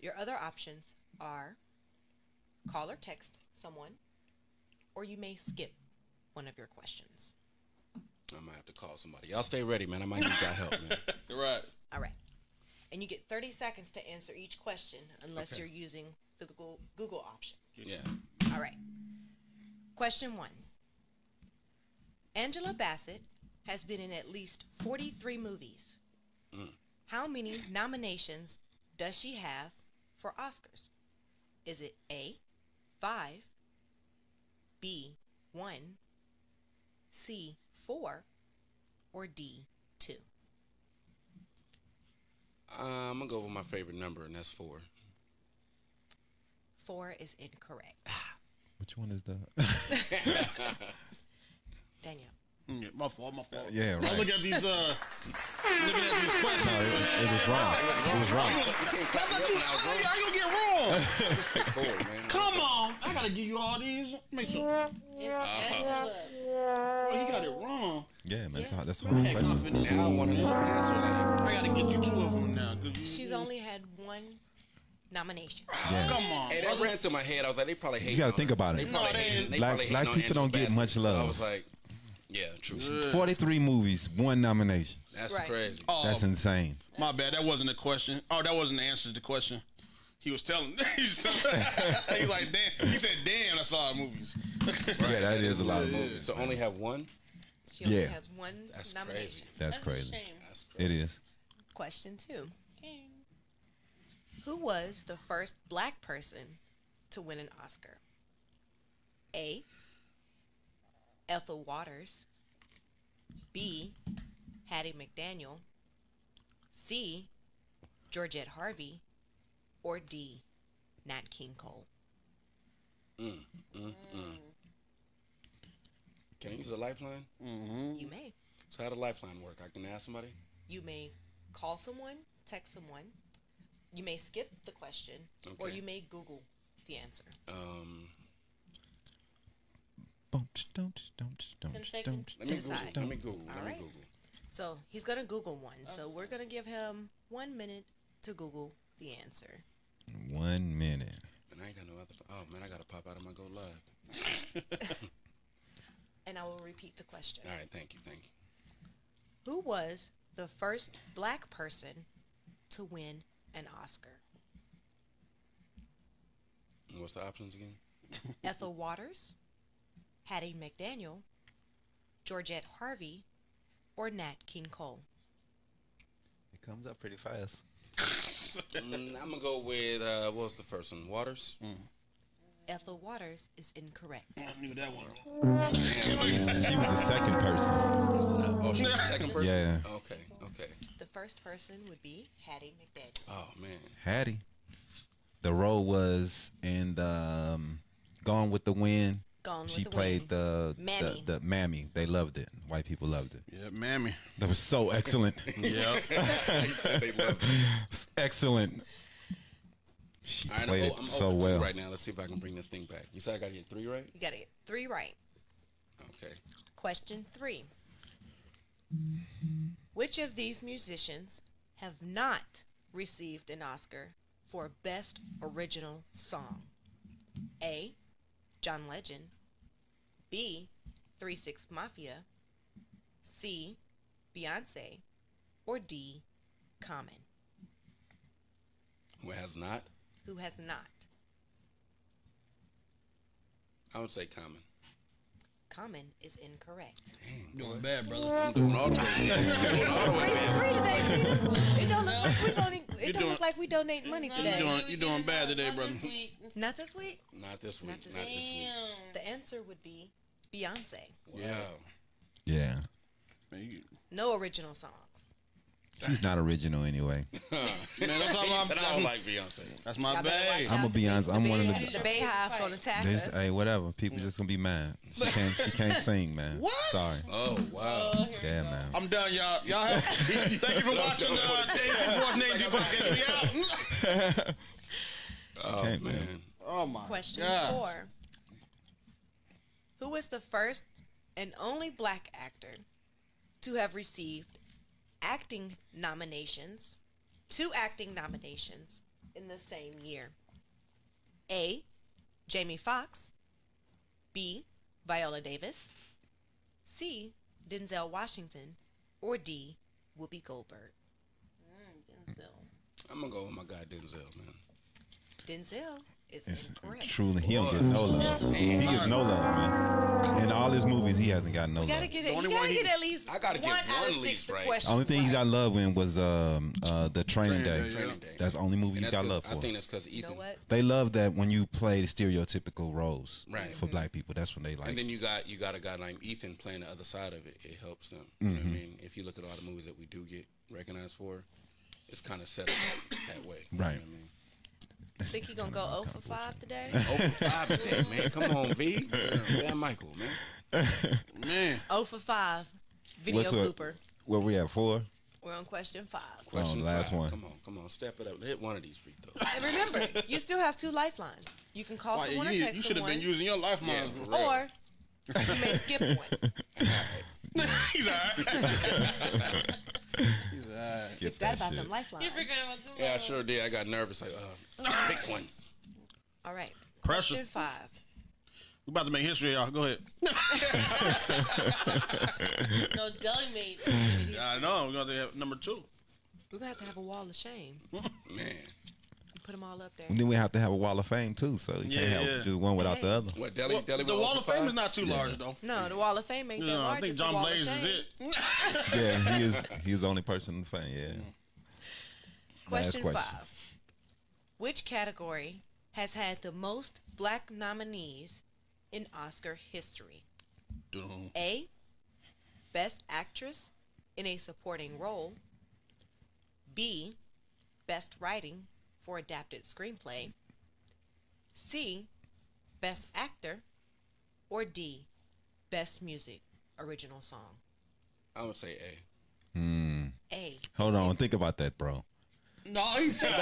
Your other options are call or text someone, or you may skip one of your questions.
I might have to call somebody. Y'all stay ready, man. I might need y'all help, man.
Right.
All right. And you get 30 seconds to answer each question unless you're using the Google, Google option.
Yeah.
All right. Question one Angela Bassett has been in at least 43 movies.
Mm.
How many nominations does she have for Oscars? Is it A, 5, B, 1, C, 4, or D, 2?
Uh, I'm gonna go with my favorite number, and that's four.
4 is incorrect.
Which one is the?
Danielle.
Mm, Yeah, my fault. My fault.
Yeah,
I
right.
look at these. Uh, looking at these questions.
No, it, it was wrong. It was wrong.
I thought you. I thought y'all gonna get wrong.
Four, man.
Come on! I gotta give you all these. Make sure.
It's Angela.
Oh, he got it wrong.
Yeah, man. That's a, that's a
I
hard
had
question.
confidence.
Now I want to know the answer.
I
Like,
gotta get you two of them now. 'cause you-
She's only had one nomination.
Yeah.
Come on.
hey, that ran through my head. I was like, they probably hate.
You gotta think about it.
They probably
No, they
hating-
ain't.
they
Black-
probably
black
hating on
people don't
Angela
get much
Bassett. So I
love.
was like, yeah, true.
Forty-three movies, one nomination.
That's
Right.
crazy.
Oh,
That's insane.
my bad. That wasn't a question. Oh, that wasn't the answer to the question. He was telling. he was telling- he was like, damn. He said, damn. That's a lot of movies.
Yeah, that is a lot of
Yeah.
movies.
So only have one.
She only
Yeah.
has one
That's
nomination.
crazy.
That's
a
crazy.
shame.
That's crazy.
It is.
Question two
Okay.
Who was the first black person to win an Oscar? A. Ethel Waters. B. Hattie McDaniel. C. Georgette Harvey. Or D. Nat King Cole.
Can I use a lifeline?
You may.
So how does lifeline work? I can ask somebody.
You may call someone, text someone. You may skip the question, or
Okay.
you may Google the answer.
Um,
Don't, don't, don't,
Ten
don't,
seconds.
don't.
let me
To the
Google.
side.
Let me Google. Let me
Alright.
Google.
So he's gonna Google one. So we're gonna give him one minute to Google the answer.
One minute.
And I ain't got no other. Oh man, I gotta pop out of my go live.
And I will repeat the question.
All right, thank you, thank you.
Who was the first black person to win an Oscar?
What's the options again?
Ethel Waters, Hattie McDaniel, Georgette Harvey, or Nat King Cole.
It comes up pretty fast.
Mm, I'm gonna go with uh, what was the first one? Waters.
Ethel Waters is incorrect.
I knew that one.
She was the second person.
Oh, she was the second person.
Yeah.
Okay. Okay.
The first person would be Hattie McDaniel.
Oh man.
Hattie. The role was in the um, Gone with the Wind.
Gone with
she
the
played
Wind.
The,
Mammy.
the the Mammy. They loved it. White people loved it.
Yeah, mammy.
That was so excellent.
Yeah.
He said they loved it.
excellent. She
All right,
played
I'm,
it
o- I'm
so
over two
well.
right now. Let's see if I can bring this thing back. You said I gotta get three right.
You got it. Three right.
Okay.
Question three. Which of these musicians have not received an Oscar for Best Original Song? A. John Legend. B. 3 Six Mafia. C. Beyonce. Or D. Common.
Who has not?
Who has not?
I would say common.
Common is incorrect.
Doing bad, brother.
I'm doing all the way.
It don't look like we donate,
You're
it don't
doing-
look like we donate money
It's not-
today.
doing- you doing bad today,
Not
brother.
this week.
Not this week.
Not this week. Not
Not
this,
this
week.
Damn.
The answer would be Beyonce.
Yeah.
Yeah.
Man, you-
No original songs.
She's not original anyway.
man, I'm talking
He
about-
said I don't like Beyonce.
That's my
Y'all better
bag.
watch
I'm gonna
out.
be honest. I'm one of
The
the.
Bay Hive gonna attack
This,
us.
hey, whatever. People just gonna be mad. She can't. She can't sing, man. What? Sorry.
Oh wow.
Oh, here we
Yeah,
go.
man.
I'm done, y'all. Y'all have. Thank you for watching. Uh, Dave Fourth Name D Podcast. We out.
Oh
can't,
man.
Oh my.
Question
God.
four. Who was the first and only black actor to have received acting nominations, two acting nominations in the same year? A. Jamie Foxx. B. Viola Davis. C. Denzel Washington. Or D. Whoopi Goldberg.
Mm, Denzel.
I'm gonna go with my guy Denzel, man.
Denzel is
It's
incorrect.
truly he don't get no love. He gets no love, man. In all his movies, he hasn't got no
You gotta
love.
get
The
it. You
only
gotta
one
get
he-
at least
I gotta get
one out
one
of
least
six the
right.
questions.
Only thing he got love in was um uh the
Training Day,
Training Day.
yeah.
Training day.
That's the only movie
And
he
that's
got
'cause-
love
I
for.
think that's because
You
Ethan.
know what?
They love that when you play the stereotypical roles
Right. Mm-hmm.
for black people. That's when they
And
like.
then you got you got a guy named Ethan playing the other side of it. It helps them. You know
Mm-hmm.
what I mean? If you look at all the movies that we do get recognized for, it's kind of set up that, that way.
Right.
You know
Think he gonna go 0 for 5 today?
what I mean? Over five today, man. Come on, V. Yeah, Michael, man.
Man.
0 for 5. Video
What's up?
blooper.
Where we at four? Oh,
We're on question 5.
Question
last
five.
one.
Come on, come on. Step it up. Hit one of these free throws.
And remember, you still have two lifelines. You can call
Why, you
someone or
need-
text
you should have
someone.
been using your life
Yeah,
mind.
for real.
or you may skip one.
He's all right. He's all right.
Skip
Forgot about them lifelines.
You forgot about the
Yeah, I
love.
sure did. I got nervous. Like, uh, pick one.
All right.
Pressure.
Question 5.
We're about to make history, y'all. Go ahead.
No, Deli made. it.
I know. We're going to have uh, number two.
We're gonna have to have a wall of shame.
Man,
You Put them all up there.
Then we have to have a wall of fame too, so you
Yeah,
can't
yeah.
have do one without the other.
what Deli?
Well,
Deli
the
went
Wall
over
of Fame
five?
is not too large, though.
No, the wall of fame ain't that
No,
large.
I think
it's the
John
wall
Blaze
of
is
shame.
it.
Yeah, he is. He's the only person in the fame. Yeah.
Mm-hmm.
Question,
question.
five. Which category has had the most black nominees in Oscar history?
Doom.
A. Best Actress in a Supporting Role. B. Best Writing for Adapted Screenplay. C. Best Actor. Or D. Best Music Original Song.
I would say A.
A.
Hold on, think about that, bro.
No, he said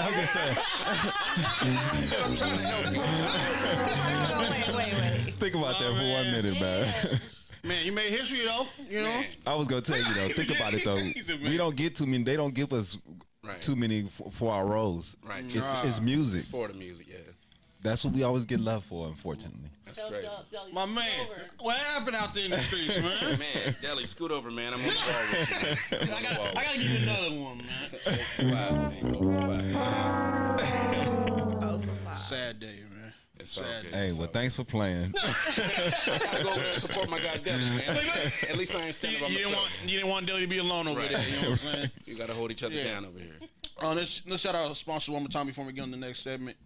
I'm trying to help you.
Hold on, Oh, wait, wait, wait.
Think about
Oh,
that for one minute, man.
Man, you made history, though. You know?
Man,
I was gonna tell you though. Think about it
He's a
though.
man.
We don't get too many. They don't give us
Right.
too many for, for our roles.
Right.
It's, it's music.
It's for the music. Yeah,
That's what we always get love for, unfortunately.
that's
Tell
crazy.
Del- Deli.
My man.
Over.
What happened out there in the streets, man?
Man, Deli, scoot over, man. I'm on the wall with you. man. I'm on
I got
the wall with
I gotta give you another one, man.
you. Five, man. Go for five.
Oh, for five.
Sad day, man.
It's It's all
Sad.
good.
Hey,
It's
well,
all
thanks for playing.
good. I gotta go support my guy Deli, man. At least I ain't
You,
standing by
you didn't
myself.
want you didn't want Dilly to be alone over
Right.
there. You know what I'm saying?
You gotta hold each other
Yeah.
down over here.
Uh, let's, let's shout out our sponsor one more time before we get on the next segment.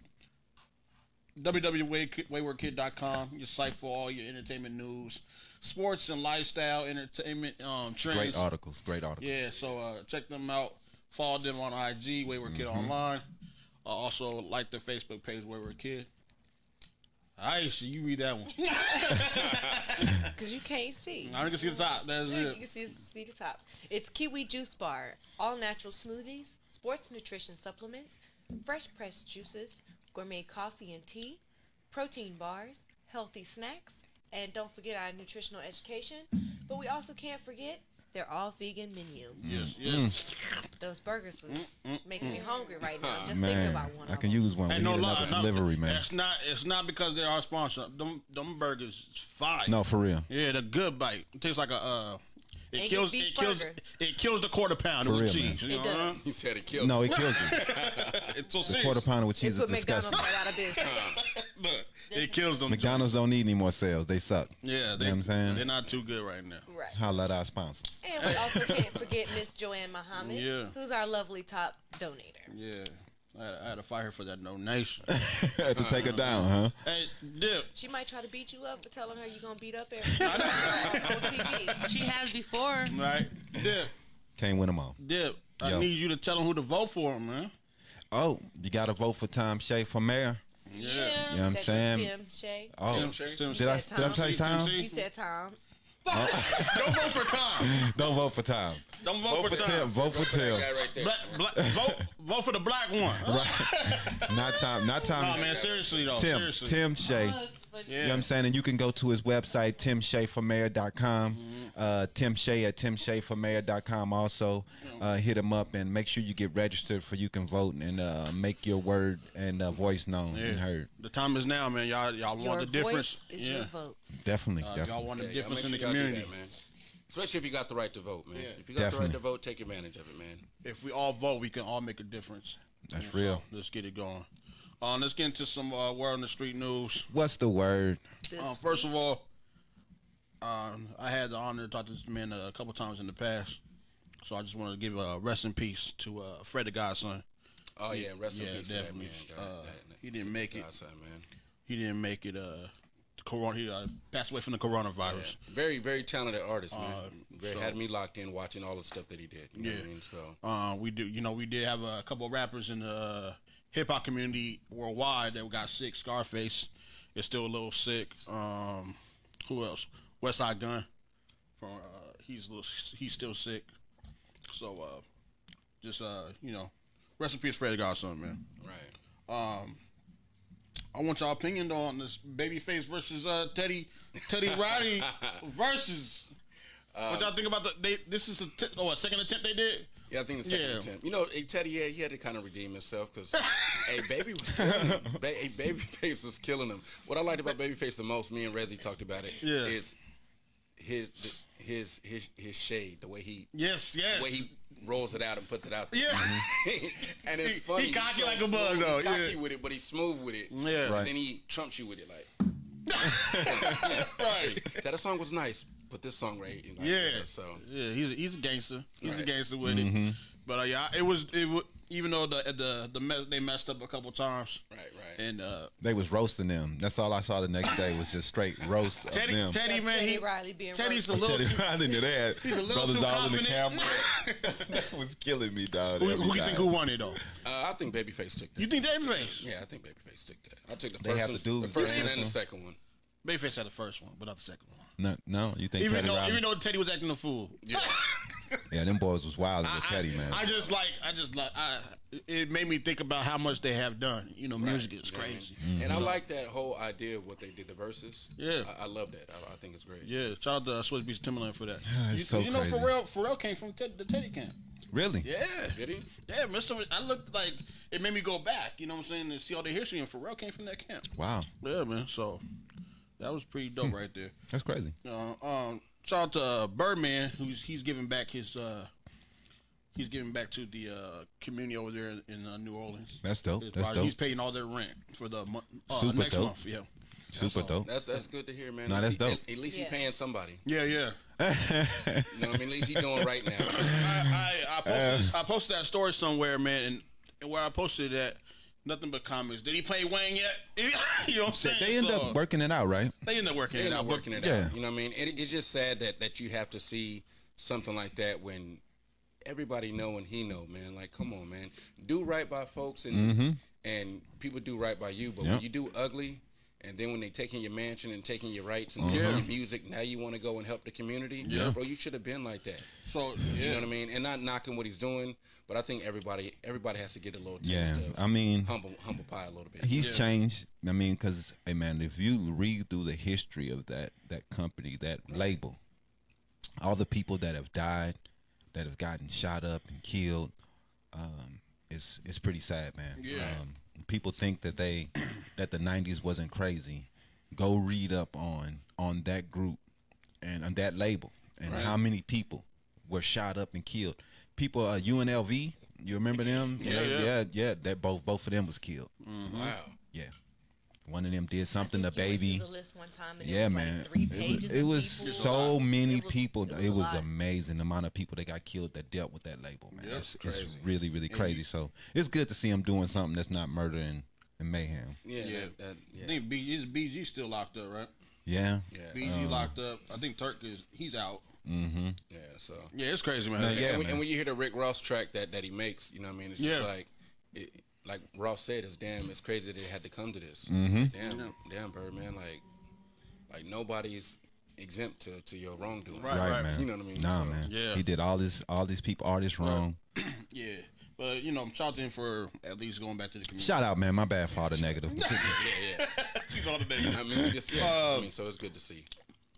www.waywardkid.com, your site for all your entertainment news, sports and lifestyle entertainment um, trends.
Great articles. Great articles.
Yeah, so uh, check them out. Follow them on IG, Wayward Kid
Mm-hmm.
Online. Uh, also, like their Facebook page, Wayward Kid. Aisha, you read that one.
Because you can't see.
I can see the top. That's
Yeah, You
it.
can see, see the top. It's Kiwi Juice Bar, all natural smoothies, sports nutrition supplements, fresh pressed juices, gourmet coffee and tea, protein bars, healthy snacks, and don't forget our nutritional education. But we also can't forget their all vegan menu.
Mm.
Yes, yes.
Those burgers were making me hungry right now. Just thinking
Ah, Man,
about one.
I
of
can
them.
use one. We
Ain't
need
no lie.
another
no,
delivery, man.
It's not. It's not because they are sponsored. Them, them burgers is fire.
No, for real.
Yeah, the good bite it tastes like a. Uh, it
Angus
kills.
beef
It kills.
burger.
It kills the quarter pound
For
with
real, man.
cheese. You
It
know what I'm
does.
He said it killed.
No, it kills you.
saying? It's so
Quarter
serious.
pounder with
They
cheese is
put
disgusting. Ah.
McDonald's right out of business.
Look, It kills them.
McDonald's don't need any more sales. They suck.
Yeah, they,
You know what I'm saying?
they're not too good right now.
right.
Holla at our sponsors.
And we also can't forget Miss Joanne Muhammad,
Yeah.
who's our lovely top donator.
Yeah, I had, I had to fire her for that donation.
Had to take her down, huh?
hey, Dip.
She might try to beat you up for telling her you're gonna beat up everybody on TV.
She has before.
Right, Dip.
Can't win them all.
Dip. I
Yo.
need you to tell them who to vote for, man.
Oh, you got to vote for Tom Shea for mayor.
Yeah.
You know what I'm
That's
saying?
Tim Shay.
Oh,
Tim-
Shay.
Tim-
did I
said
did I
Tom.
say Tom?
You said Tom.
Don't vote for Tom.
Don't vote for Tom.
Don't vote,
Vote
for,
for
Tom.
Tim. Vote for
That
Tim.
guy right there.
Black, black, vote, vote for the black one.
Not Tom. Not
No,
Tom.
man, seriously though.
Tim.
seriously.
Tim Shea.
Yeah.
You know what I'm saying? And you can go to his website, timshayformayor.com, uh, Tim Shea at timshayformayor.com. Also, uh, hit him up and make sure you get registered for you can vote and uh, make your word and uh, voice known and
Yeah.
heard.
The time is now, man. Y'all, y'all want
Your
the difference?
voice is
yeah.
your vote.
Definitely,
Uh, y'all
definitely.
want the
Yeah, y'all
difference
make
in the
sure y'all do
community.
that, man. Especially if you got the right to vote, man. If you got the
Definitely.
right to vote, take advantage of it, man.
If we all vote, we can all make a difference.
That's
So,
real.
let's get it going. Um, let's get into some uh, word on the street news.
What's the word?
Uh,
Oh,
This-
first of all, um, I had the honor to talk to this man a couple times in the past, so I just want to give a rest in peace to uh, Fred the Godson.
Oh yeah, rest
yeah,
in peace to that
definitely.
man. God,
Uh,
that-
he didn't make it.
God, son, man.
He didn't make it. Uh, the corona. He uh, passed away from the
Yeah.
coronavirus.
Very, very talented artist, man. Very,
Uh, so-
had me locked in watching all the stuff that he did. You know
Yeah.
what I mean? So
Uh, we do, you know, we did have a couple of rappers in the uh, hip hop community worldwide that got sick. Scarface is still a little sick. Um, who else? West Side Gun. From uh, he's a little, he's still sick. So uh, just uh, you know, rest in peace, Freddie Godson, man.
right.
I want y'all opinion though on this Babyface versus uh, Teddy Teddy Riley versus. what y'all think about the? They, this is a t- oh, a second attempt they did.
Yeah, I think the second
Yeah.
attempt. You know, hey, Teddy, yeah, he had to kind of redeem himself because hey, baby was killing him. Ba- hey, babyface was killing him. What I liked about babyface the most, me and Rezzy talked about it, is
Yeah.
his his his his shade, the way he
Yes, yes.
way he rolls it out and puts it out there.
Yeah.
and it's
He-
funny.
he
he's
cocky like a
smooth,
bug, though,
He cocky
yeah.
with it, but he's smooth with it.
Yeah.
And
Right.
then he trumps you with it, like. right. That song was nice, but this song right. here, like,
Yeah.
So
yeah, he's a, he's a gangster. He's a
Right.
gangster with
Mm-hmm.
it. But uh, yeah, it was it wa even though the the the mess, they messed up a couple times.
right, right.
And uh,
They was roasting them. That's all I saw the next day was just straight roast of
Teddy
them.
Teddy
Of
man,
Teddy
he,
Riley being
Teddy's a
roasted.
little.
Oh, Teddy
too-
Riley did that.
a little
Brothers
too
all in the
confident.
camera. that was killing me, dog.
who, who you think who won it though?
uh, I think Babyface took that.
You think Babyface?
yeah, I think Babyface took that. I took the
They
first
have
one,
to do
the
the
first
dance
one and the
one.
second one.
Babyface had the first one, but not the second one.
No, no, you think
Even
Teddy
though
Riley?
even though Teddy was acting a fool,
Yeah.
yeah, them boys was wild with Teddy,
I,
man.
I just like I just like I. It made me think about how much they have done. You know, music is
You know what I mean?
crazy.
Mm-hmm.
And I like that whole idea of what they did, the verses.
Yeah.
I, I love that. I, I think it's great.
Yeah, shout out to uh, Switch Beats Timberland for that. you,
it's so
you know,
crazy.
Pharrell Pharrell came from Ted, the Teddy camp.
really?
Yeah.
Did he?
Yeah, man. So I looked like it made me go back. You know what I'm saying? And see all the history. And Pharrell came from that camp. Hmm.
Wow,
Yeah, man. So that was pretty dope right there.
that's crazy.
Uh, um, shout out to uh, Birdman, who's he's giving back his uh, he's giving back to the uh, community over there in uh, New Orleans.
That's dope.
It's
That's
probably-
dope.
He's paying all their rent for the month. Uh,
Super
next
dope.
month. Yeah.
Super
all.
dope.
That's that's good to hear, man.
No,
At
that's
least-
dope.
At, at least
Yeah.
he's paying somebody.
Yeah, yeah.
You know what I mean? At least he's doing right now.
I, I, I posted this- I posted that story somewhere, man, and, and where I posted that, nothing but comments. Did he play Wayne yet? you know what I'm saying?
They end
So,
up working it out, right?
They end up working
They're
it
not
out. but-
working it
Yeah.
out. You know what I mean? It, it's just sad that that you have to see something like that when everybody know and he know, man. Like, come on, man. Do right by folks and and people do right by you. But when
Mm-hmm. Yep.
you do ugly, and then when they taking your mansion and taking your rights and
Mm-hmm.
taking your music, now you want to go and help the community. Yeah, bro, you should have been like that.
So
You know
yeah,
what I mean? And not knocking what he's doing, but I think everybody everybody has to get a little
Yeah.
taste of
I mean,
humble humble pie a little bit.
he's changed. I mean, because hey, man, if you read through the history of that that company, that label, all the people that have died, that have gotten shot up and killed, um, it's it's pretty sad, man.
Yeah.
Um, people think that they that the '90s wasn't crazy. Go read up on on that group and on that label and how many people were shot up and killed. People, uh, UNLV, you remember them? Yeah, yeah, yeah. that both both of them was killed.
Wow.
Yeah. One of them did something to
I think you
baby.
went through The list one time and
Yeah,
it was
man.
Like three
It wa-
pages
it
of
was
people.
so many
It was-
people.
it
It
was
was,
a lot.
amazing the amount of people that got killed that dealt with that label, man.
Yeah,
it's,
that's
it's
crazy.
really, really crazy. so it's good to see him doing something that's not murder and, and mayhem.
Yeah.
Yeah.
That, that,
I
yeah.
think B, is BG still locked up, right?
Yeah.
Yeah. uh,
Um,
BG locked up. I think Turk is he's out.
Yeah. So.
Yeah, it's crazy, man.
No, yeah.
and, when,
man.
and when you hear the Rick Ross track that, that he makes, you know what I mean? It's just
Yeah.
like, it, like Ross said, it's damn, it's crazy that it had to come to this.
Mm-hmm.
Damn, damn, bird, man. Like, like nobody's exempt to, to your wrongdoing.
Right,
Right,
right.
man.
You know what I mean?
Nah,
So-
man.
Yeah.
He did all this, all these people, artists wrong.
Yeah, but you know, shout out to him for at least going back to the community.
Shout out, man. My bad for all the negative.
Yeah,
He's on the
yeah.
day.
I mean, we just, yeah.
Um,
I mean, so it's good to see.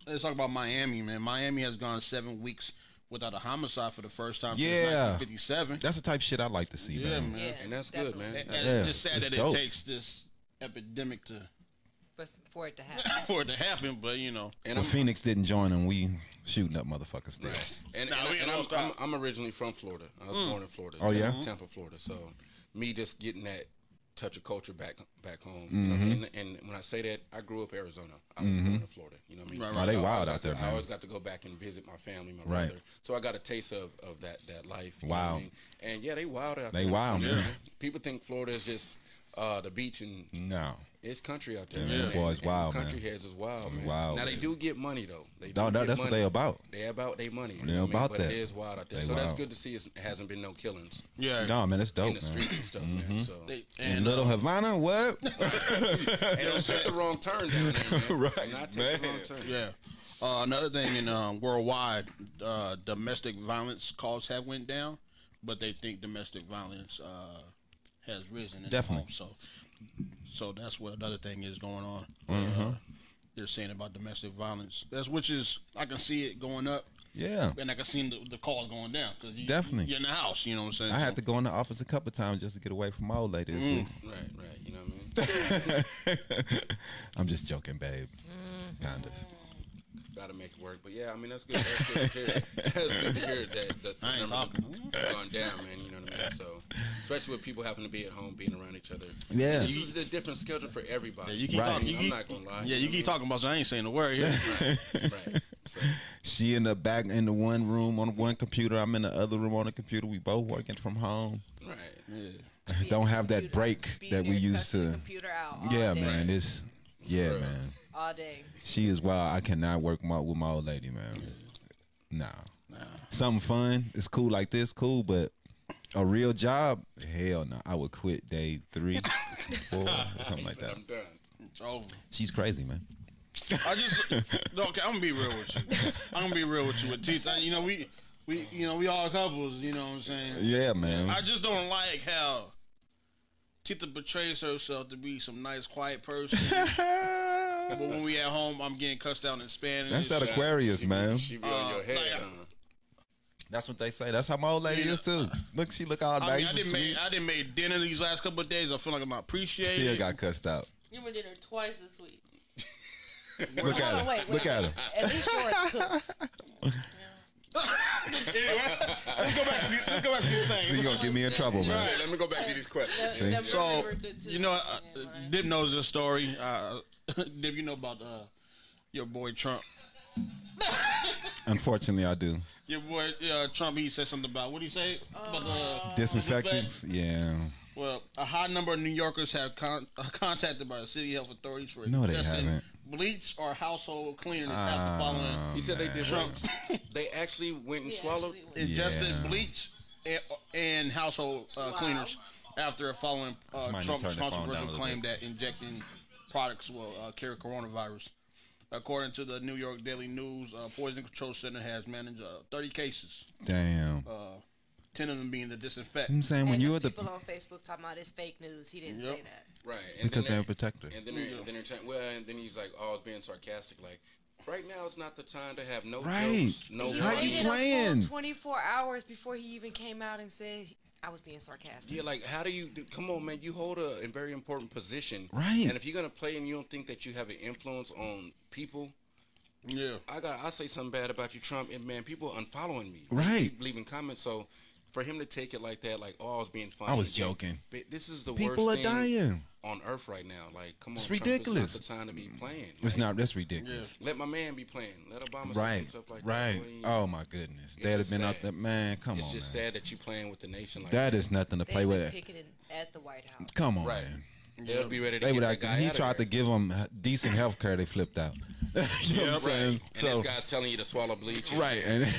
Let's talk about Miami, man. Miami has gone seven weeks without a homicide for the first time
Yeah.
since 1957.
That's the type of shit I like to see,
Yeah,
man.
man.
Yeah,
And that's
definitely.
good, man.
And-
That's-
and
Yeah,
it's sad
it's
that
dope.
it takes this epidemic to
For, for it to happen.
for it to happen, but you know,
And
When
I'm,
Phoenix didn't join him, we shooting up motherfuckers still.
and,
Nah,
and,
we ain't
I, and
gonna
I'm, I'm,
stop.
I'm originally from Florida. I was born in Florida.
Oh,
Tampa,
yeah?
Tampa, Florida. So me just getting that touch of culture back back home. You know what I
Mm-hmm.
mean? And, and when I say that, I grew up Arizona. I was born in Florida. You know what I mean?
Right,
right. Mm-hmm. Oh, they
I always
wild
got
out there,
to-
man.
I always got to go back and visit my family, my
Right.
brother. So I got a taste of, of that that life. you know
Wow.
what I mean? And yeah, they wild out
They
there.
wild, man.
People think Florida is just uh, the beach and
No.
it's country out there.
Yeah,
man.
them boys
And- and
wild,
Country
man.
heads is wild, man.
wild,
Now they
man.
do get money though. They do
No, no,
get
that's what
money.
they about.
They about their money.
They
They
about
but
that.
It is wild out there.
They
so that's
wild.
good to see. It hasn't been no killings
yeah.
No, man, that's dope,
in the
man. Mm-hmm.
streets and stuff, man. So
They,
And
and uh,
Little Havana, what?
hey, don't take the wrong turn down there, man.
Right,
Not
man.
take the wrong turn.
Yeah. Uh, another thing in um, worldwide, uh, domestic violence calls have went down, but they think domestic violence uh, has risen. In
Definitely.
The home. So, so that's what another thing is going on.
Mm-hmm.
Uh, they're saying about domestic violence. That's which is I can see it going up,
Yeah.
and I can see the, the calls going down because you,
Definitely.
you're in the house. You know what I'm saying?
I had
So-
to go in the office a couple times just to get away from my old lady this week.
Right, right. You know what I mean?
I'm just joking, babe.
Mm.
Kind of.
Gotta make it work. But yeah, I mean that's good. That's good to hear. That's good to hear that the, the
I ain't
numbers
talking.
have gone down, man. You know what I mean? So especially with people having to be at home, being around each other.
Yeah.
This is the different schedule for everybody.
Yeah, you keep
Right.
talking.
I'm
you keep-
not gonna
Yeah,
lie. You
you
know
keep
what
talking about. So I ain't saying a word here.
Right. So
She in the back in the one room on one computer. I'm in the other room on the computer. We both working from home.
right.
Being
Don't have that
computer-
break
being
that we
there,
used
cussing the
to.
Computer out all
Yeah,
day,
man. It's yeah,
real.
man.
All day.
She is wild. I cannot work my, with my old lady, man. Nah. Something fun. It's cool like this, cool, but a real job, hell no. I would quit day three, four, something like that.
I'm done.
It's over.
She's crazy, man.
I just no, okay. I'm gonna be real with you. I'm gonna be real with you with teeth. I, you know we we you know we all couples. You know what I'm saying.
Yeah, man.
I just don't like how Tita betrays herself to be some nice, quiet person. but when we at home, I'm getting cussed out in Spanish.
That's that Aquarius,
She be-
man.
She be on your head.
Uh, like,
huh?
That's what they say. That's how my old lady
Yeah.
is too. Look, she look all
I,
nice
mean, I
and
didn't
sweet.
make I didn't make dinner these last couple of days. I feel like I'm not appreciated.
Still got cussed out.
You were dinner twice this week.
Look at
Hold on,
her.
wait, wait.
Look at her.
At least yours cooks.
Let's go back. to the- Let's go back to this
So
thing.
you're gonna get me in trouble,
All
man.
right, let me go back to these questions.
See?
Them
So
were good too.
you know, uh,
Yeah, right.
Dib knows the story. Uh, Dib, you know about uh, your boy Trump.
Unfortunately, I do.
Your boy uh, Trump. He said something about what do you say? About the-
Disinfectants, yeah.
Well, a high number of New Yorkers have con- uh, contacted by the city health authorities for
No, they
ingesting
haven't. Ah,
bleach or household cleaners after following
He said they did
Trump
They actually went and
Yeah,
swallowed.
actually,
ingested
Yeah.
bleach and, and household uh, cleaners after following uh,
Somebody
Trump's
turn the phone down a
controversial
little
claim that injecting products will uh, carry coronavirus. According to the New York Daily News, uh, Poison Control Center has managed uh, 30 cases,
Damn.
uh, 10 of them being the
I'm
disinfect.
saying when
And
you
there's
are the
people on Facebook talking about it's fake news. He didn't say
Yep.
that.
Right. And
because
then
they're
they-
protected.
And then they're, and then they're trying- well, and then he's like, oh, being sarcastic. Like, right now is not the time to have no
Right.
jokes, no
How
funny.
you
waited a full
playing?
24 hours before he even came out and said I was being sarcastic.
Yeah, like how do you do, come on, man? You hold a, a very important position,
Right.
And if you're gonna play and you don't think that you have an influence on people,
Yeah.
I got I say something bad about you, Trump, and man, people are unfollowing me, They
Right.
keep leaving comments. So for him to take it like that, like oh, I was being funny.
I was
again,
joking.
but This is the
People
worst
are
thing
dying.
on earth right now. Like, come on,
It's
Trump,
ridiculous. Mm,
It's not the time to be playing.
It's
Like,
not. That's ridiculous.
Let my man be playing. Let Obama say
Right.
some stuff like
right.
that. Well, you-
Oh my goodness.
It's
They'd have
just
been out
sad.
there. Man, come
It's
on.
just
man.
sad that you playing with the nation like
That is nothing to
They
play
were
with.
picketing at the White House.
Come on,
Right.
man.
They'll be ready to
They
get
would.
that
have-
guy
He
out of
tried to
there.
give them decent health care. They flipped out. you know what I'm
Right.
saying?
And this guy's telling you to swallow bleach.
So,
and-
right. And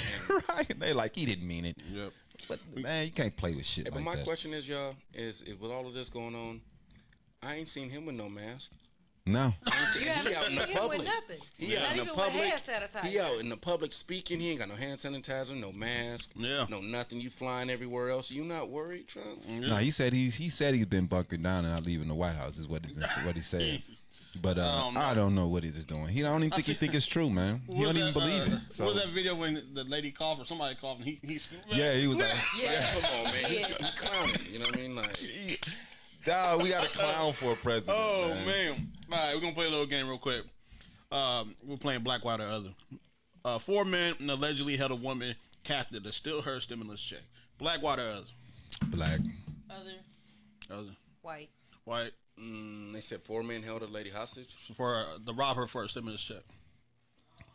right. And they like he didn't mean it.
Yep.
But man, you can't play with shit
Hey, but
like
my
that.
question is, y'all, is, is with all of this going on, I ain't seen him with no mask.
no.
I ain't seen-
You haven't
he out in
seen
the
him with
public.
nothing.
He
Not
out in the
even with
public.
hand sanitizer.
He out in the public speaking. He ain't got no hand sanitizer, no mask,
Yeah.
no nothing. You flying everywhere else. You not worried, Trump?
No, he said he's he said he's been bunkered down and not leaving the White House is what he, what he said. But uh, I,
Oh,
don't
don't
know.
know what he's doing. He don't even think he think it's true, man. He
What
don't
was
even
that,
believe
uh,
it. So
What was that video when the lady coughed or somebody coughed and he, he
yeah, he was like,
Yeah. Come on, man. He, he clowning. You know what I mean? Like,
"Dog, we got a clown for a president."
Oh
man.
man! All right, we're gonna play a little game real quick. Um, we're playing Black White or Other. Uh, four men allegedly held a woman captive to steal her stimulus check. Black White or Other.
black.
Other.
Other.
White.
White
mm, they said four men held a lady hostage.
for uh, the robber for a stimulus check.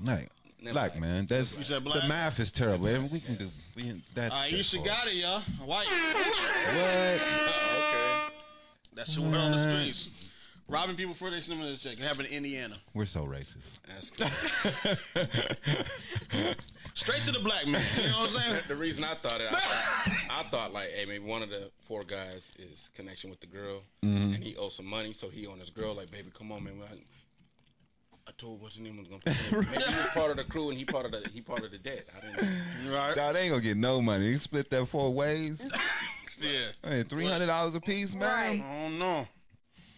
Like,
Never
black
black.
man, that's
You said black?
the math is terrible. And we can do we, that's.
Aisha
just
got it, y'all. White.
horrible. what?
Okay.
That's the word on the streets. Robbing people for their stimulus check. It happened in Indiana.
We're so racist.
That's crazy.
Straight to the black man. You know what I'm saying?
the reason I thought it, I thought, I thought like, hey, maybe one of the four guys is connection with the girl, and he owes some money, so he on his girl like, baby, come on, man. I, I told what's his name was gonna. Pay me. Maybe he was part of the crew and he part of the he part of the debt. I didn't. know.
Right.
Dog, they ain't gonna get no money. He split that four ways.
Yeah.
Hey, Three hundred dollars a piece, man.
Right.
I don't know.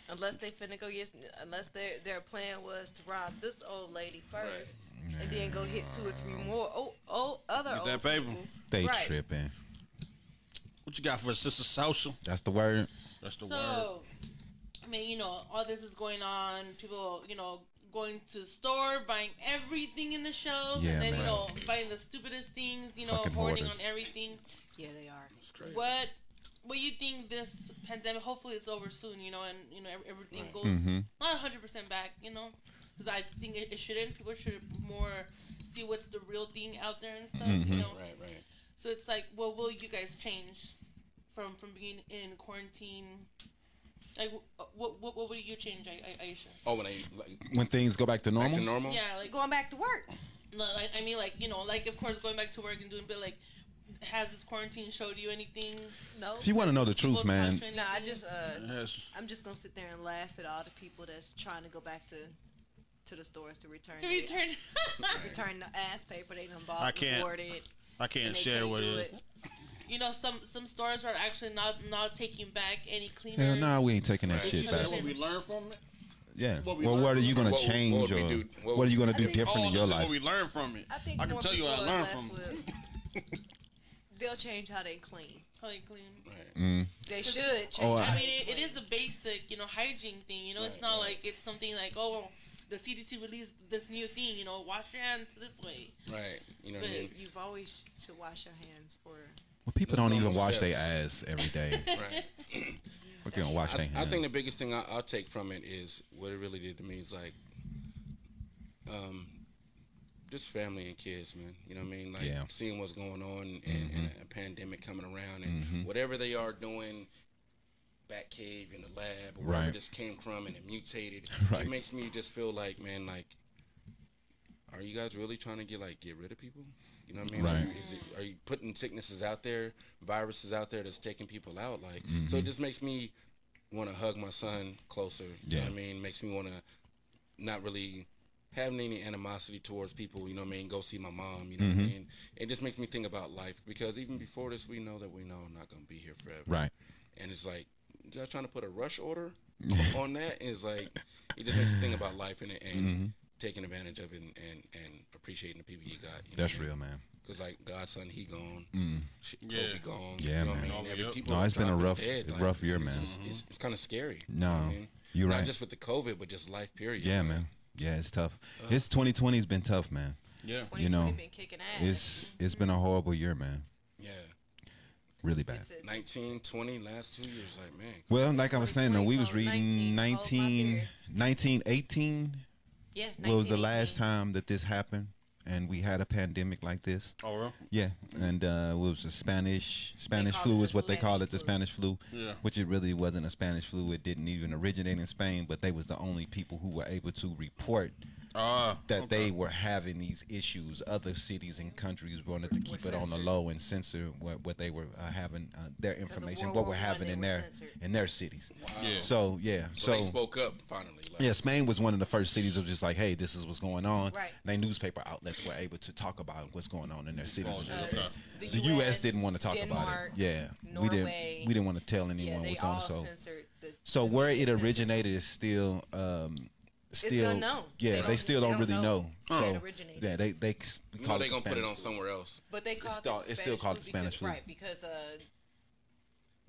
Unless they finna go get, unless their their plan was to rob this old lady first, and then go hit two or three more oh oh other
Get
old
that paper.
people.
They
Right.
tripping.
What you got for Sister Social?
That's the word.
That's the word.
So, I mean, you know, all this is going on. People, you know, going to the store, buying everything in the shelves,
Yeah,
and then,
man.
you know, buying the stupidest things, you know,
Fucking
hoarding on
hoarders.
everything.
Yeah, they are.
It's crazy.
What what you think this pandemic? Hopefully, it's over soon. You know, and you know ev- everything
Right.
goes
Mhm.
not hundred percent back. You know, because I think it, it shouldn't. People should more see what's the real thing out there and stuff. You know,
Right, right.
so it's like, what will you guys change from from being in quarantine? Like, wh- what what what would you change, I, I, Aisha?
Oh, when I like
When things go back to normal.
back to
Oh.
normal.
Yeah, like
Going back to work.
No, like, I mean, like you know, like of course going back to work and doing, but like, has this quarantine showed you anything?
No.
If you want to know the
People
truth, man,
taught you
No, I
anything?
just uh,
Yes.
I'm just gonna sit there and laugh at all the people that's trying to go back to to the stores to return
to
their-
return.
return the ass paper they done
I
bought,
can't
hoarded,
I can't
and they
share
can't
what it
do
is.
it.
you know, some some stores are actually not not taking back any cleaners.
hell no, we ain't taking that
She
shit
said
back.
what we learned from it.
Yeah.
what we
Well, what
learned
are you gonna
what we-
change,
what we
or
do- what
what are you gonna
I
do
think
different
All
in
Oh, this
your
is what
life?
we learned from it.
I think
I can
more
tell you what I
people
learned
is
from
less
it.
with- They'll change how they clean.
How they clean.
Right.
They should change.
Oh,
how
I
I-
they
mean, it, it
clean.
is a basic, you know, hygiene thing. You know, it's
Right,
not
right.
like it's something like oh, well, the CDC released this new thing, you know, wash your hands this way.
Right. You know
But
what I mean?
You've always should wash your hands for.
Well, people
Those
don't even
little
wash
steps.
their ass every day.
Right.
We're gonna wash their
I, I
hands.
think the biggest thing I, I'll take from it is what it really did to me is like, um, just family and kids, man. You know what I mean? Like
Yeah. Mm-hmm.
seeing what's going on and, and a pandemic coming around and whatever they are doing, Batcave in the lab, or wherever
Right.
this came from, and it mutated.
Right.
It makes me just feel like, man, like, are you guys really trying to get like get rid of people? You know what I mean?
Right.
Like, is it, are you putting sicknesses out there, viruses out there that's taking people out? Like, so
Mm-hmm.
it just makes me want to hug my son closer. You know what I
Yeah.
mean? Makes me want to not really having any animosity towards people. You know what I mean? Go see my mom. You know
Mm-hmm.
what I mean? It just makes me think about life because even before this, we know that we know I'm not gonna be here forever.
Right.
And it's like you all trying to put a rush order on that. And it's like it just makes me think about life and and
Mm-hmm.
taking advantage of it and, and, and appreciating the people you got. You know
That's
what I mean?
real, man.
Cause like Godson, he gone. Sh- Kobe
Yeah.
gone.
Mm. Yeah,
you know
man.
What I mean? Every
Yep.
people
No, it's been a
dropping
rough-
dead,
rough year,
it's
man.
just- It's, it's, kind of scary. you know
No,
what I mean?
you're
Not
right.
just with the COVID, but just life period.
Yeah, man. Yeah, it's tough. It's 2020 has been tough, man.
Yeah.
You know,
2020 Uh, been kicking ass.
It's it's been a horrible year, man.
Yeah,
Really bad.
It's a-
19, 20, last two years, like man.
Well, like I was saying, though, we was
2020,
reading 19,
hold my
1918
yeah.
was the last
1918.
time that this happened, and we had a pandemic like this.
Oh, real?
Yeah, and uh, it was the Spanish Spanish
call
flu
it
is
the
what they call it, the
Spanish
Spanish flu,
Yeah.
which it really wasn't a Spanish flu. It didn't even originate in Spain, but they was the only people who were able to report
Uh,
that they were having these issues. Other cities and countries wanted to keep it on the
censored.
low and censor what, what they were uh, having uh, their
of
information,
World
what
War
were
One,
having
they
in
were
their
censored.
in their cities.
Yeah.
So yeah,
So,
so.
they spoke up finally. Like,
yeah, Spain was one of the first cities of just like, hey, this is what's going on.
Right.
They newspaper outlets were able to talk about what's going on in their cities.
Oh,
and
yeah, okay.
Uh, The,
the U.S. didn't want to talk
Denmark,
about it. Yeah, we
Norway.
didn't. We didn't want to tell anyone
Yeah, they
what's going
all
on. So,
censored. The,
so where it
censored.
originated is still, um, still,
unknown. They
yeah, they,
don't-
still
they
don't,
don't
really
know
know.
where it
So,
originated.
yeah, they they c-
you
call
know they
it
gonna put it
Spanish
on
flu.
somewhere else.
But they called
still-
it the
it's still
Spanish
called
flu
the Spanish
because-
flu.
right? Because uh,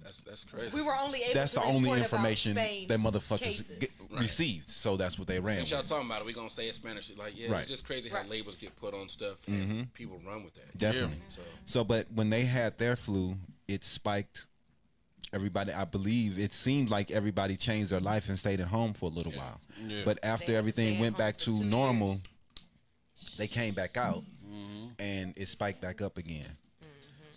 That's that's crazy.
we were only able.
That's
to
the only
report about
information
Spain's
that motherfuckers
cases.
get,
Right.
received. So that's what they ran.
Since
with.
y'all talking about it, we gonna say it's Spanish. Like, yeah,
Right. Mm-hmm.
it's just crazy
Right.
how labels get put on stuff and people run with that.
Definitely.
So
So, but when they had their flu, it spiked. Everybody, I believe it seemed like everybody changed their life and stayed at home for a little while.
Yeah.
But
They had
after
to stay
everything
at
went
home
back
for
to
two
normal,
years.
they came back out,
Mm-hmm.
and it spiked back up again.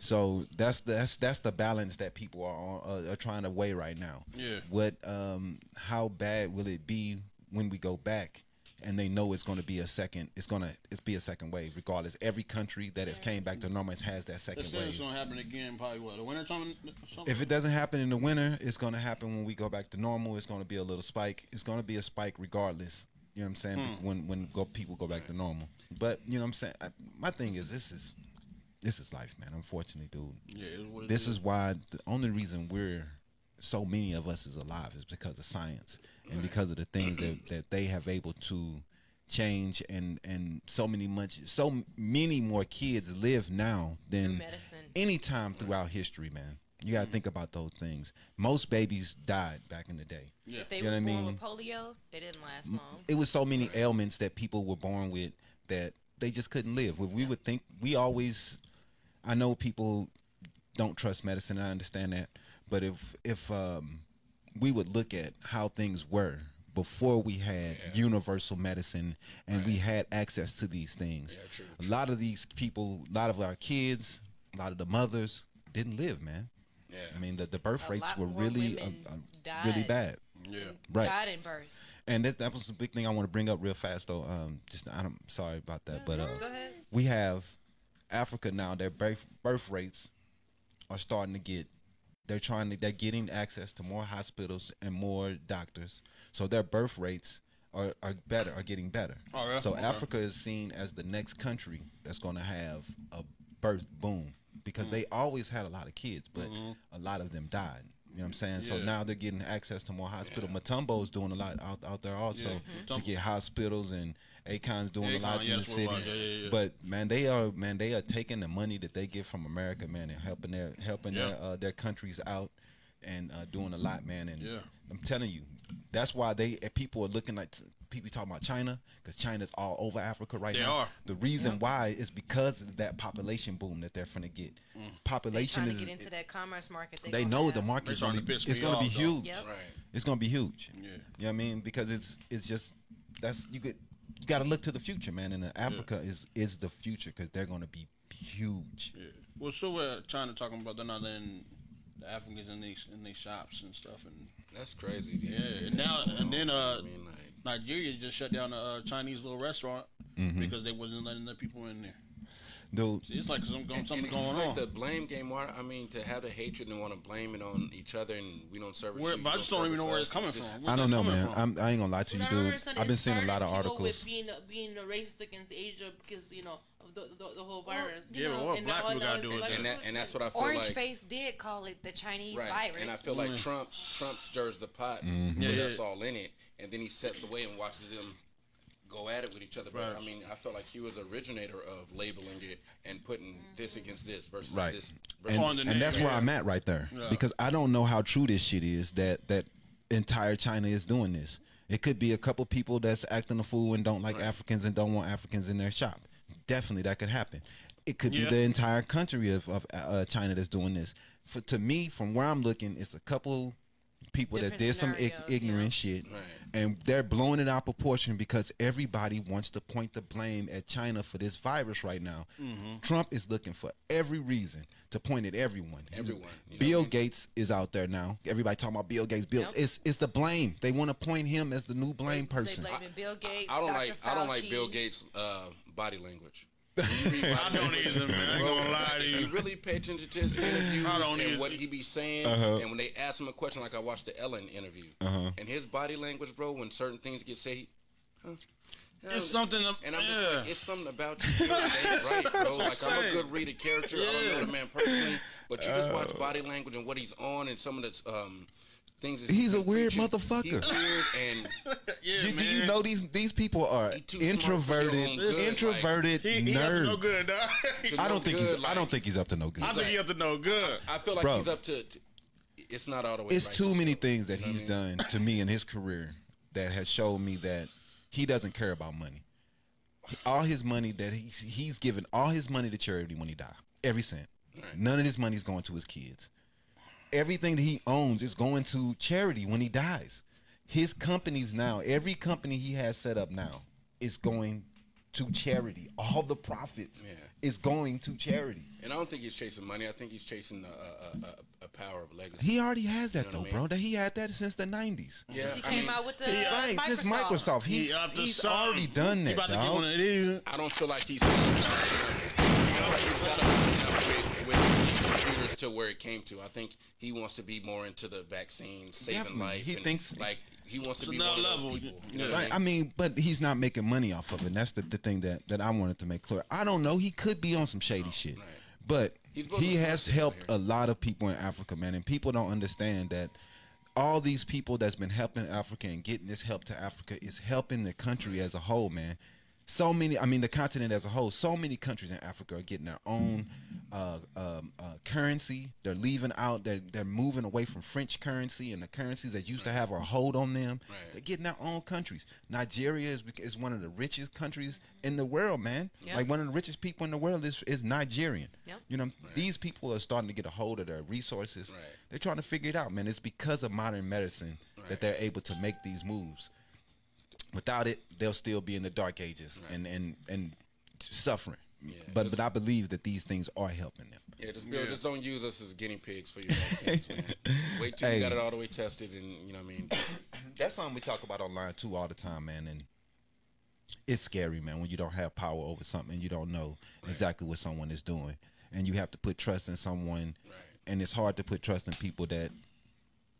So that's that's that's the balance that people are on, uh, are trying to weigh right now.
Yeah.
What um how bad will it be when we go back? And they know it's going to be a second. It's going to it's be a second wave, regardless. Every country that has came back to normal has that
They
second
said
wave.
it's gonna happen again, probably what the winter time. or Something?
If it doesn't happen in the winter, it's going to happen when we go back to normal. It's going to be a little spike. It's going to be a spike regardless. You know what I'm saying? When when go, people go back to normal. But you know what I'm saying? I, my thing is this is this is life, man. Unfortunately, dude.
yeah, it's what it
This is why the only reason we're so many of us is alive is because of science and because of the things that, that they have able to change and and so many much so many more kids live now than
medicine.
any time throughout history, man. You gotta think about those things. Most babies died back in the day.
Yeah.
If they
You
were
know
born
what I
with polio, they didn't last long.
It was so many ailments that people were born with that they just couldn't live. We would think we always. I know people don't trust medicine. I understand that, but if if um, we would look at how things were before we had universal medicine and we had access to these things,
Yeah, true,
a lot of these people, a lot of our kids, a lot of the mothers didn't live, man.
yeah,
I mean, the, the birth
A
rates
lot
were
more
really, uh,
women
uh, really
died.
bad.
Yeah.
Right.
Died in birth.
And that, that was the big thing I want to bring up real fast, though. Um, just I'm sorry about that, but uh,
Go ahead.
we have Africa now. Their birth birth rates are starting to get. They're trying to. They're getting access to more hospitals and more doctors, so their birth rates are, are better. Are getting better.
Oh, yeah?
So
Okay.
Africa is seen as the next country that's going to have a birth boom because
Mm.
they always had a lot of kids, but a lot of them died. You know what I'm saying? So
Mm-hmm. Yeah.
now they're getting access to more hospital. Matumbo's doing a lot out, out there also
Yeah.
to get hospitals and Acon's doing a
Akon,
lot
yeah,
in the
that's what it was.
cities.
Yeah, yeah, yeah.
But man, they are man, they are taking the money that they get from America, man, and helping their helping
Yeah.
their uh, their countries out and uh, doing a lot, man. And
Yeah.
I'm telling you, That's why they eh, people are looking like people talking about China because China's all over Africa right
They
now.
are.
The reason why is because of that population boom that they're finna get.
Mm.
They're
Population
trying to
is
get into that commerce market.
they
gonna
know
have-
the market is
They're starting
gonna
to
be,
piss
it's
me
gonna be
off, though.
huge.
Yep.
Right.
It's gonna be huge.
Yeah.
You know what I mean? Because it's it's just that's you get you got to look to the future, man. And uh, Africa is is the future because they're gonna be huge.
Yeah. Well, so we're China talking about they're not letting the Africans in these in these shops and stuff, and
That's crazy. dude.
yeah, and now and then uh,
I mean, like,
Nigeria just shut down a uh, Chinese little restaurant because they wasn't letting the people in there.
Dude,
See, it's like some,
and-
something
and
going
it's like
on.
the blame game. Why? I mean, to have the hatred and want to blame it on each other, and we don't service.
Where,
you,
but I
you
just don't even know
service
where it's
us,
coming
just-
from.
I
Where's
don't
that
know,
coming
man.
from?
I'm, I ain't gonna lie to
But
you,
I don't
dude.
understand
I've
it
been seeing a
started
lot of
people
articles.
with being being racist against Asia because you know of the the, the whole
Well,
virus.
you
Yeah, but
know,
what
and
black
now-
people
now
gotta
it's
do with
like-
that?
And that, and that's what I feel
Orange
like.
Face did call it the Chinese
right.
virus.
And I feel like Trump Trump stirs the pot
Yeah,
Mm-hmm.
with
yeah.
us all in it, and then he steps away and watches them go at it with each other. But I
Right.
mean, I felt like he was originator of labeling it and putting this
Mm-hmm.
against this versus
Right.
this. Versus
On
and,
the
and that's
name,
where
yeah.
I'm at right there
Yeah.
because I don't know how true this shit is that that entire China is doing this. It could be a couple people that's acting a fool and don't like Africans and don't want Africans in their shop. Definitely, that could happen. It could
Yeah.
be the entire country of, of uh, China that's doing this. For to me, from where I'm looking, it's a couple people that did
Different
some ig-
scenarios,
ignorant shit,
Right.
and they're blowing it out of proportion because everybody wants to point the blame at China for this virus right now. Trump is looking for every reason to point at everyone. He's-
Everyone, you know
Bill
what I mean?
Gates is out there now. Everybody talking about Bill Gates. Bill,
Yep.
it's it's the blame. They want to point him as the new blame
They
person.
blaming Bill Gates.
I don't
Dr.
like I don't like Bill
Fauci.
Gates' uh, body language.
I don't either, man. I ain't gonna lie to
If you
you.
really pay attention to his interviews
I don't
and
either.
what he be saying,
Uh-huh.
and when they ask him a question, like I watched the Ellen interview, and his body language, bro, when certain things get said, he- huh?
It's something ab-
and I'm just
yeah.
like, it's something about you, Bill Gates, right, bro? Like I'm a
saying.
good reader character. I don't know
Yeah. Oh.
the man personally, but you just watch body language and what he's on, and some of the um things. that
He's a
been
weird
preaching.
motherfucker.
He weird and
Yeah,
do, do you
man.
know these these people are
He too smart for their own
introverted,
good, like-
introverted
He, he up to
nerds?
no good, dog.
to
I
no
don't think
good,
he's I
like-
don't think he's up to no good.
I think he up to no good.
I feel like
Bro.
he's up to. to- it's not all the way.
it's
right
too many
still.
things that
You know
he's
what I mean?
done to me in his career that has showed me that he doesn't care about money. All his money that he's he's given all his money to charity when he died. Every cent. None of his money's going to his kids. Everything that he owns is going to charity when he dies. His companies now, every company he has set up now is going to charity. All the profits
Yeah.
is going to charity.
And I don't think he's chasing money. I think he's chasing a, a, a, a power of legacy.
He already has that
know
though,
what I
bro. That he had that since the nineties.
yeah,
He
I,
came
mean,
out with the
Right,
Microsoft.
since Microsoft,
He
he's,
up to
he's
something.
already done
He
that,
about to get
dog.
one of these.
I don't feel like he's. I feel like he's set up with, with these computers to where it came to. I think he wants to be more into the vaccine, saving
Definitely.
life.
He
and,
thinks-
like he wants to
It's
be
another
one level.
level.
Of those people. You know
Yeah.
what I
Right,
mean?
I mean, but he's not making money off of it. And that's the, the thing that, that I wanted to make clear. I don't know. He could be on some shady shit.
Oh, right.
But
He's built
he
a
has
smart
helped
system
a lot of people in Africa, man. And people don't understand that all these people that's been helping Africa and getting this help to Africa is helping the country as a whole, man. So many, I mean, the continent as a whole, so many countries in Africa are getting their own uh, um, uh, currency. They're leaving out, they're, they're moving away from French currency and the currencies that used to have a hold on them.
Right.
They're getting their own countries. Nigeria is, is one of the richest countries in the world, man.
Yeah.
Like one of the richest people in the world is, is Nigerian.
Yep.
You know, these people are starting to get a hold of their resources.
Right.
They're trying to figure it out, man. It's because of modern medicine that
Right.
they're able to make these moves. Without it, they'll still be in the dark ages and and and suffering. but but I believe that these things are helping them.
Yeah, just, Bill, just don't use us as guinea pigs for your vaccines, man. Wait till
Hey.
you got it all the way tested, and you know what I mean.
That's something we talk about online too all the time, man. And it's scary, man, when you don't have power over something and you don't know exactly what someone is doing, and you have to put trust in someone,
Right.
and it's hard to put trust in people that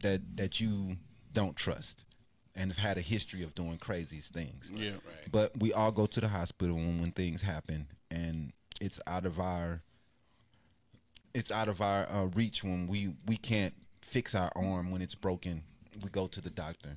that that you don't trust and have had a history of doing crazy things.
Yeah.
Right.
But we all go to the hospital when, when things happen, and it's out of our it's out of our uh, reach when we we can't fix our arm when it's broken. We go to the doctor,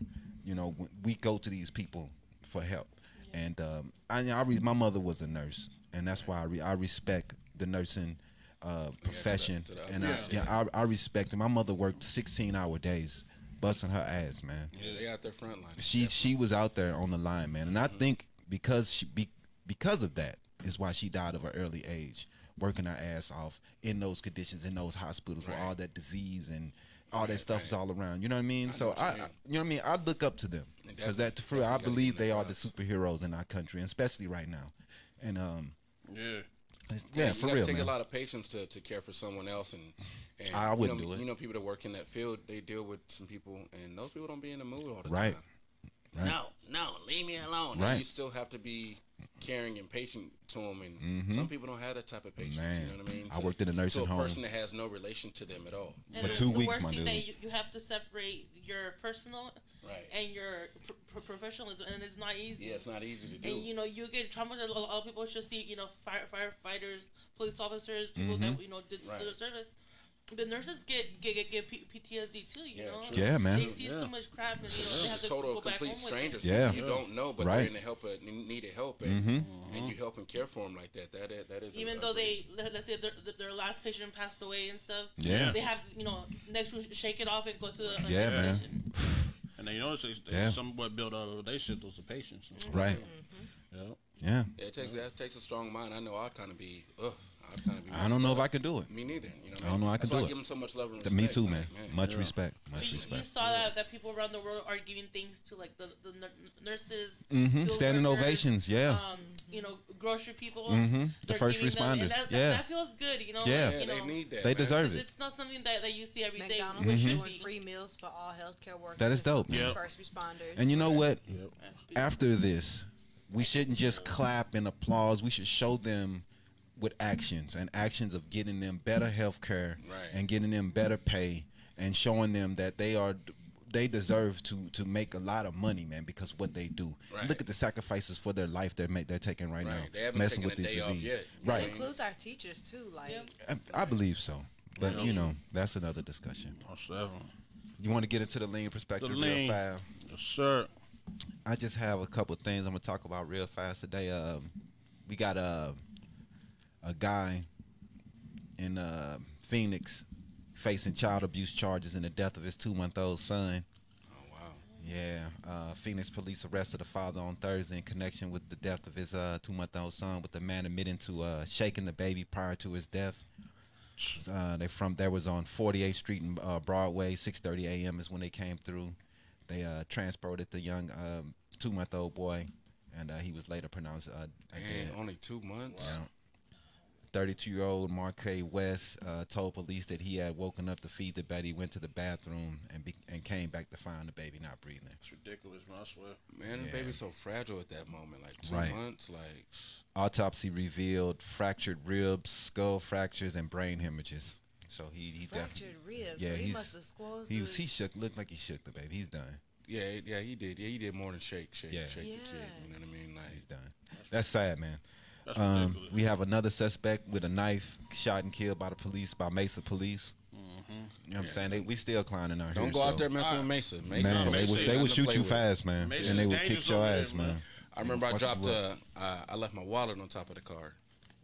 you know. w- We go to these people for help, and um, I, I re- my mother was a nurse, and that's why I, re- I respect the nursing uh, profession,
to the
and I,
upper-
yeah, I, I respect. it. My mother worked sixteen hour days busting her ass, man.
Yeah, they out there front line.
She she was out there on the line, man, and
Mm-hmm.
I think because she be, because of that is why she died of an early age, working her ass off in those conditions in those hospitals where all that disease and all that stuff is all around. You know what I mean? so
what you
I,
mean.
I- you know what I mean. I look up to them because that
definitely-
for real, I
definitely gotta
believe
give them
they are the
props.
superheroes in our country, and especially right now. And um,
Yeah.
it's- yeah,
you
for
gotta
real,
take
man.
a lot of patience to, to care for someone else, and, and
I
you
wouldn't
know,
do it.
You know, people that work in that field, they deal with some people, and those people don't be in the mood all the
Right.
time. No, no, leave me alone. And
Right.
you still have to be caring and patient to them, and some people don't have that type of patience.
Mm-hmm. Man,
You know what I mean?
I worked in a nursing
to a
home.
person that has no relation to them at all.
And
For
the-
two
the
weeks,
worst
my
thing
dude.
that you, you have to separate your personal
Right.
and your pr- pr- professionalism, and it's not easy.
Yeah, it's not easy to do.
and you know you get trauma that a lot of people should see you know fire, firefighters police officers people
Mm-hmm.
that you know did
Right.
their service the nurses get get get, get P- ptsd too you
Yeah,
know
true.
Yeah, man.
they see so much crap and you know, they
It's
have to
a total
go
and
back home
complete stranger.
with it.
Yeah.
you don't know, but
Right.
they're in the help, uh, needed help, and,
Mm-hmm.
and you help and care for them like that. That is, that is a-
even
a
though
great-
they let, let's say their, their- their last patient passed away and stuff
Yeah.
they have you know next we shake it off and go to the another
Yeah, man.
patient.
And they know it's, it's
Yeah.
somewhat built out of relationship with the patients.
right?
Yeah.
Yeah.
It takes that takes a strong mind. I know I'd kind of be, ugh, I'd kind of be.
I don't know if I can do it.
Me neither. You know,
I don't know I
That's
can
why
do
I
it.
give him so much love and
Th- Me
respect.
too, man.
Like,
Much respect.
But
Much
you, you
respect.
saw that, that people around the world are giving things to like the, the nur- nurses,
Mhm.
field
Standing
workers,
ovations, yeah.
Um, you know, grocery people,
Mhm. The
they're
first
giving them- and
responders,
that, that-
yeah.
that feels good, you know.
Yeah.
like,
Yeah,
you know
they need that.
They
man.
deserve
'cause
it.
it's not something that, that you see every day.
McDonald's
which
is
should
doing
be.
free meals for all healthcare workers.
Mm-hmm. That is dope.
Yep.
First responders.
And you know what?
Yep.
That's beautiful.
After this, we shouldn't just clap and applause. We should show them with actions and actions of getting them better health care
Right.
and getting them better pay and showing them that they are they deserve to to make a lot of money, man, because what they do.
Right.
Look at the sacrifices for their life they're make, they're taking right,
Right.
now,
They haven't
messing
taken
with
a
the
day off
disease.
yet.
It
Right,
includes our teachers too. Like,
Yep.
I, I believe so, but
Yeah.
you know that's another discussion.
On seven.
You want to get into the lean perspective
The
real
lean.
fast.
Yes, sir.
I just have a couple things I'm gonna talk about real fast today. Um, we got a a guy in uh, Phoenix facing child abuse charges in the death of his two month old son.
Oh wow.
Yeah, uh, Phoenix police arrested a father on Thursday in connection with the death of his uh, two month old son, with the man admitting to uh, shaking the baby prior to his death. Uh, they from there was on 48th Street and uh, Broadway. 6:30 a.m. is when they came through. They uh, transported the young um, two month old boy, and uh, he was later pronounced uh,
Man,
dead.
only two months.
32-year-old Marquez West uh, told police that he had woken up to feed the baby, went to the bathroom, and be- and came back to find the baby not breathing.
It's ridiculous, man. I swear.
Man, the baby's so fragile at that moment. Like two
Right.
months. Like
autopsy revealed fractured ribs, skull fractures, and brain hemorrhages. So he he
fractured ribs.
Yeah,
so he
he's-
must have squozzed.
definitely he was
the-
he shook looked like he shook the baby. He's done.
yeah, it- yeah, he did. Yeah, he did more than shake, shake,
Yeah.
shake the kid.
Yeah.
You know what I mean?
He's
Like
done. That's sad, man.
That's
Um,
ridiculous.
we have another suspect with a knife shot and killed by the police by Mesa police.
Mm-hmm.
You know what I'm saying? They, we still climbing out
don't
here.
go out
so-
there messing with Mesa. Mesa,
Man,
Mason
they
is
would, they
nothing
would
to
shoot
play
you
with.
fast, man,
Mason's
and they would
dangerous
kick your
over there,
ass, man.
man.
I remember I
fuck
dropped
you
uh, uh, I left my wallet on top of the car,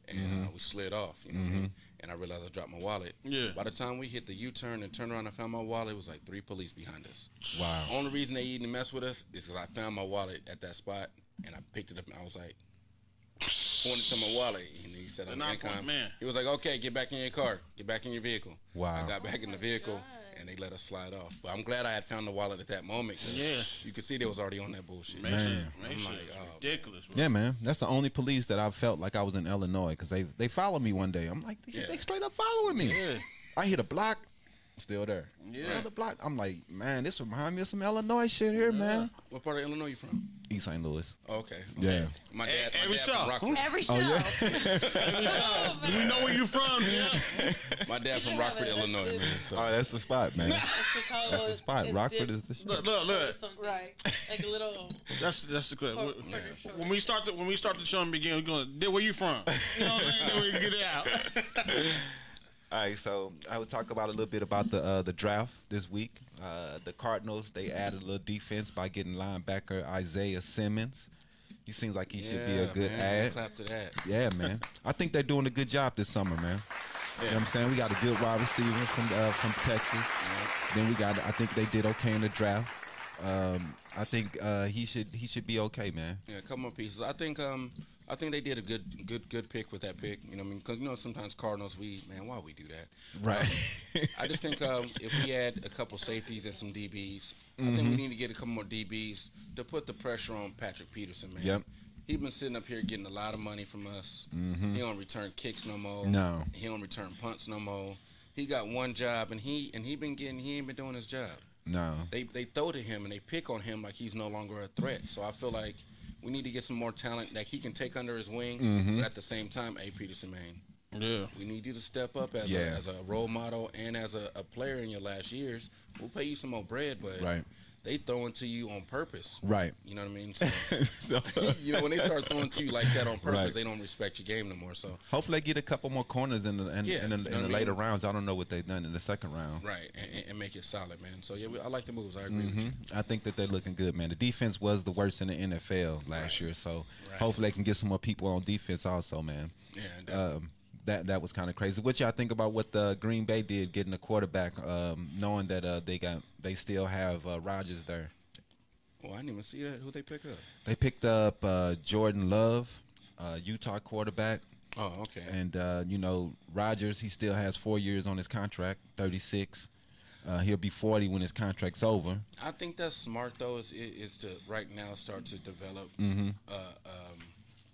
and uh, we slid off. You know, what I mean? and I realized I dropped my wallet.
Yeah.
By the time we hit the U-turn and turned around and found my wallet, it was like three police behind us.
Wow.
Only reason they even mess with us is because I found my wallet at that spot, and I picked it up, and I was like. Pointed to my wallet, and he said, "I'm
not
income."
point man.
He was like, "Okay, get back in your car. Get back in your vehicle."
Wow.
I got back in the vehicle,
God.
and they let us slide off. But I'm glad I had found the wallet at that moment. 'cause
Yeah.
You could see they was already on that bullshit.
Mason,
I'm
Mason
like,
is
oh, man.
ridiculous, bro.
Yeah, man. That's the only police that I felt like I was in Illinois because they they followed me one day. I'm like, they,
Yeah.
they straight up following me.
Yeah.
I hit a block, still there.
Yeah.
Another block. I'm like, man, this remind me of some Illinois shit here, man.
What part of Illinois you from?
East St. Louis.
Oh, okay.
Yeah.
My dad, my
every
dad
show.
from Rockford.
Every
Oh,
Oh,
show.
We know where you from. Yeah.
My dad from
Yeah,
Rockford,
but that's
Illinois,
good.
man. So
Oh, that's the spot, man.
Chicago
that's the spot.
is
Rockford
dip-
is the shit.
look, look, look.
something,
Right.
Like a little.
That's that's the clip.
Oh,
Or-
We-
or the short.
When we start the when we start the show and begin, we're going. to Where you from? You know what I'm saying? Then we get it out.
All right, so I was talking about a little bit about the uh, the draft this week. Uh, the Cardinals they added a little defense by getting linebacker Isaiah Simmons. He seems like he should be a
Yeah,
good
man,
ad.
Clap to that.
Yeah, man. I think they're doing a good job this summer, man. You know what I'm saying? We got a good wide receiver from uh, from Texas. Then we got I think they did okay in the draft. Um, I think uh, he should he should be okay, man.
Yeah, a couple more pieces. I think um I think they did a good good good pick with that pick. You know, what I mean, because you know sometimes Cardinals we man why we do that. Um,
Right.
I just think um, if we add a couple safeties and some DBs, I
Mm-hmm.
think we need to get a couple more DBs to put the pressure on Patrick Peterson, man.
Yep.
He's been sitting up here getting a lot of money from us. He don't return kicks no more.
Mm-hmm. No.
He don't return punts no more. He got one job and he and he been getting he ain't been doing his job
no.
they they throw to him and they pick on him like he's no longer a threat. So I feel like we need to get some more talent that he can take under his wing.
Mm-hmm.
But at the same time, A. Peterson, man,
Yeah.
we need you to step up as
Yeah.
a, as a role model and as a, a player in your last years. We'll pay you some more bread, but
Right.
they throwing to you on purpose.
Right.
You know what I mean? So,
so
you know when they start throwing to you like that on purpose,
Right.
they don't respect your game no more. So
hopefully they get a couple more corners in the in,
Yeah,
in the,
you know
in
what
the
I mean?
later rounds. I don't know what they've done in the second round.
right and, and- and make it solid, man. So yeah, we, I like the moves. I agree with you.
I think that they're looking good, man. The defense was the worst in the NFL last year, so
Right.
hopefully they can get some more people on defense also, man.
Yeah, definitely.
um, that that was kind of crazy. What y'all think about what the Green Bay did getting a quarterback, um, knowing that uh, they got they still have uh, Rodgers there.
Well, oh, I didn't even see that. Who they pick up?
They picked up uh, Jordan Love, uh, Utah quarterback,
Oh, okay.
and uh, you know Rodgers. He still has four years on his contract, thirty six. Uh, he'll be forty when his contract's over.
I think that's smart though. Is is to right now start to develop
Mm-hmm.
uh, um,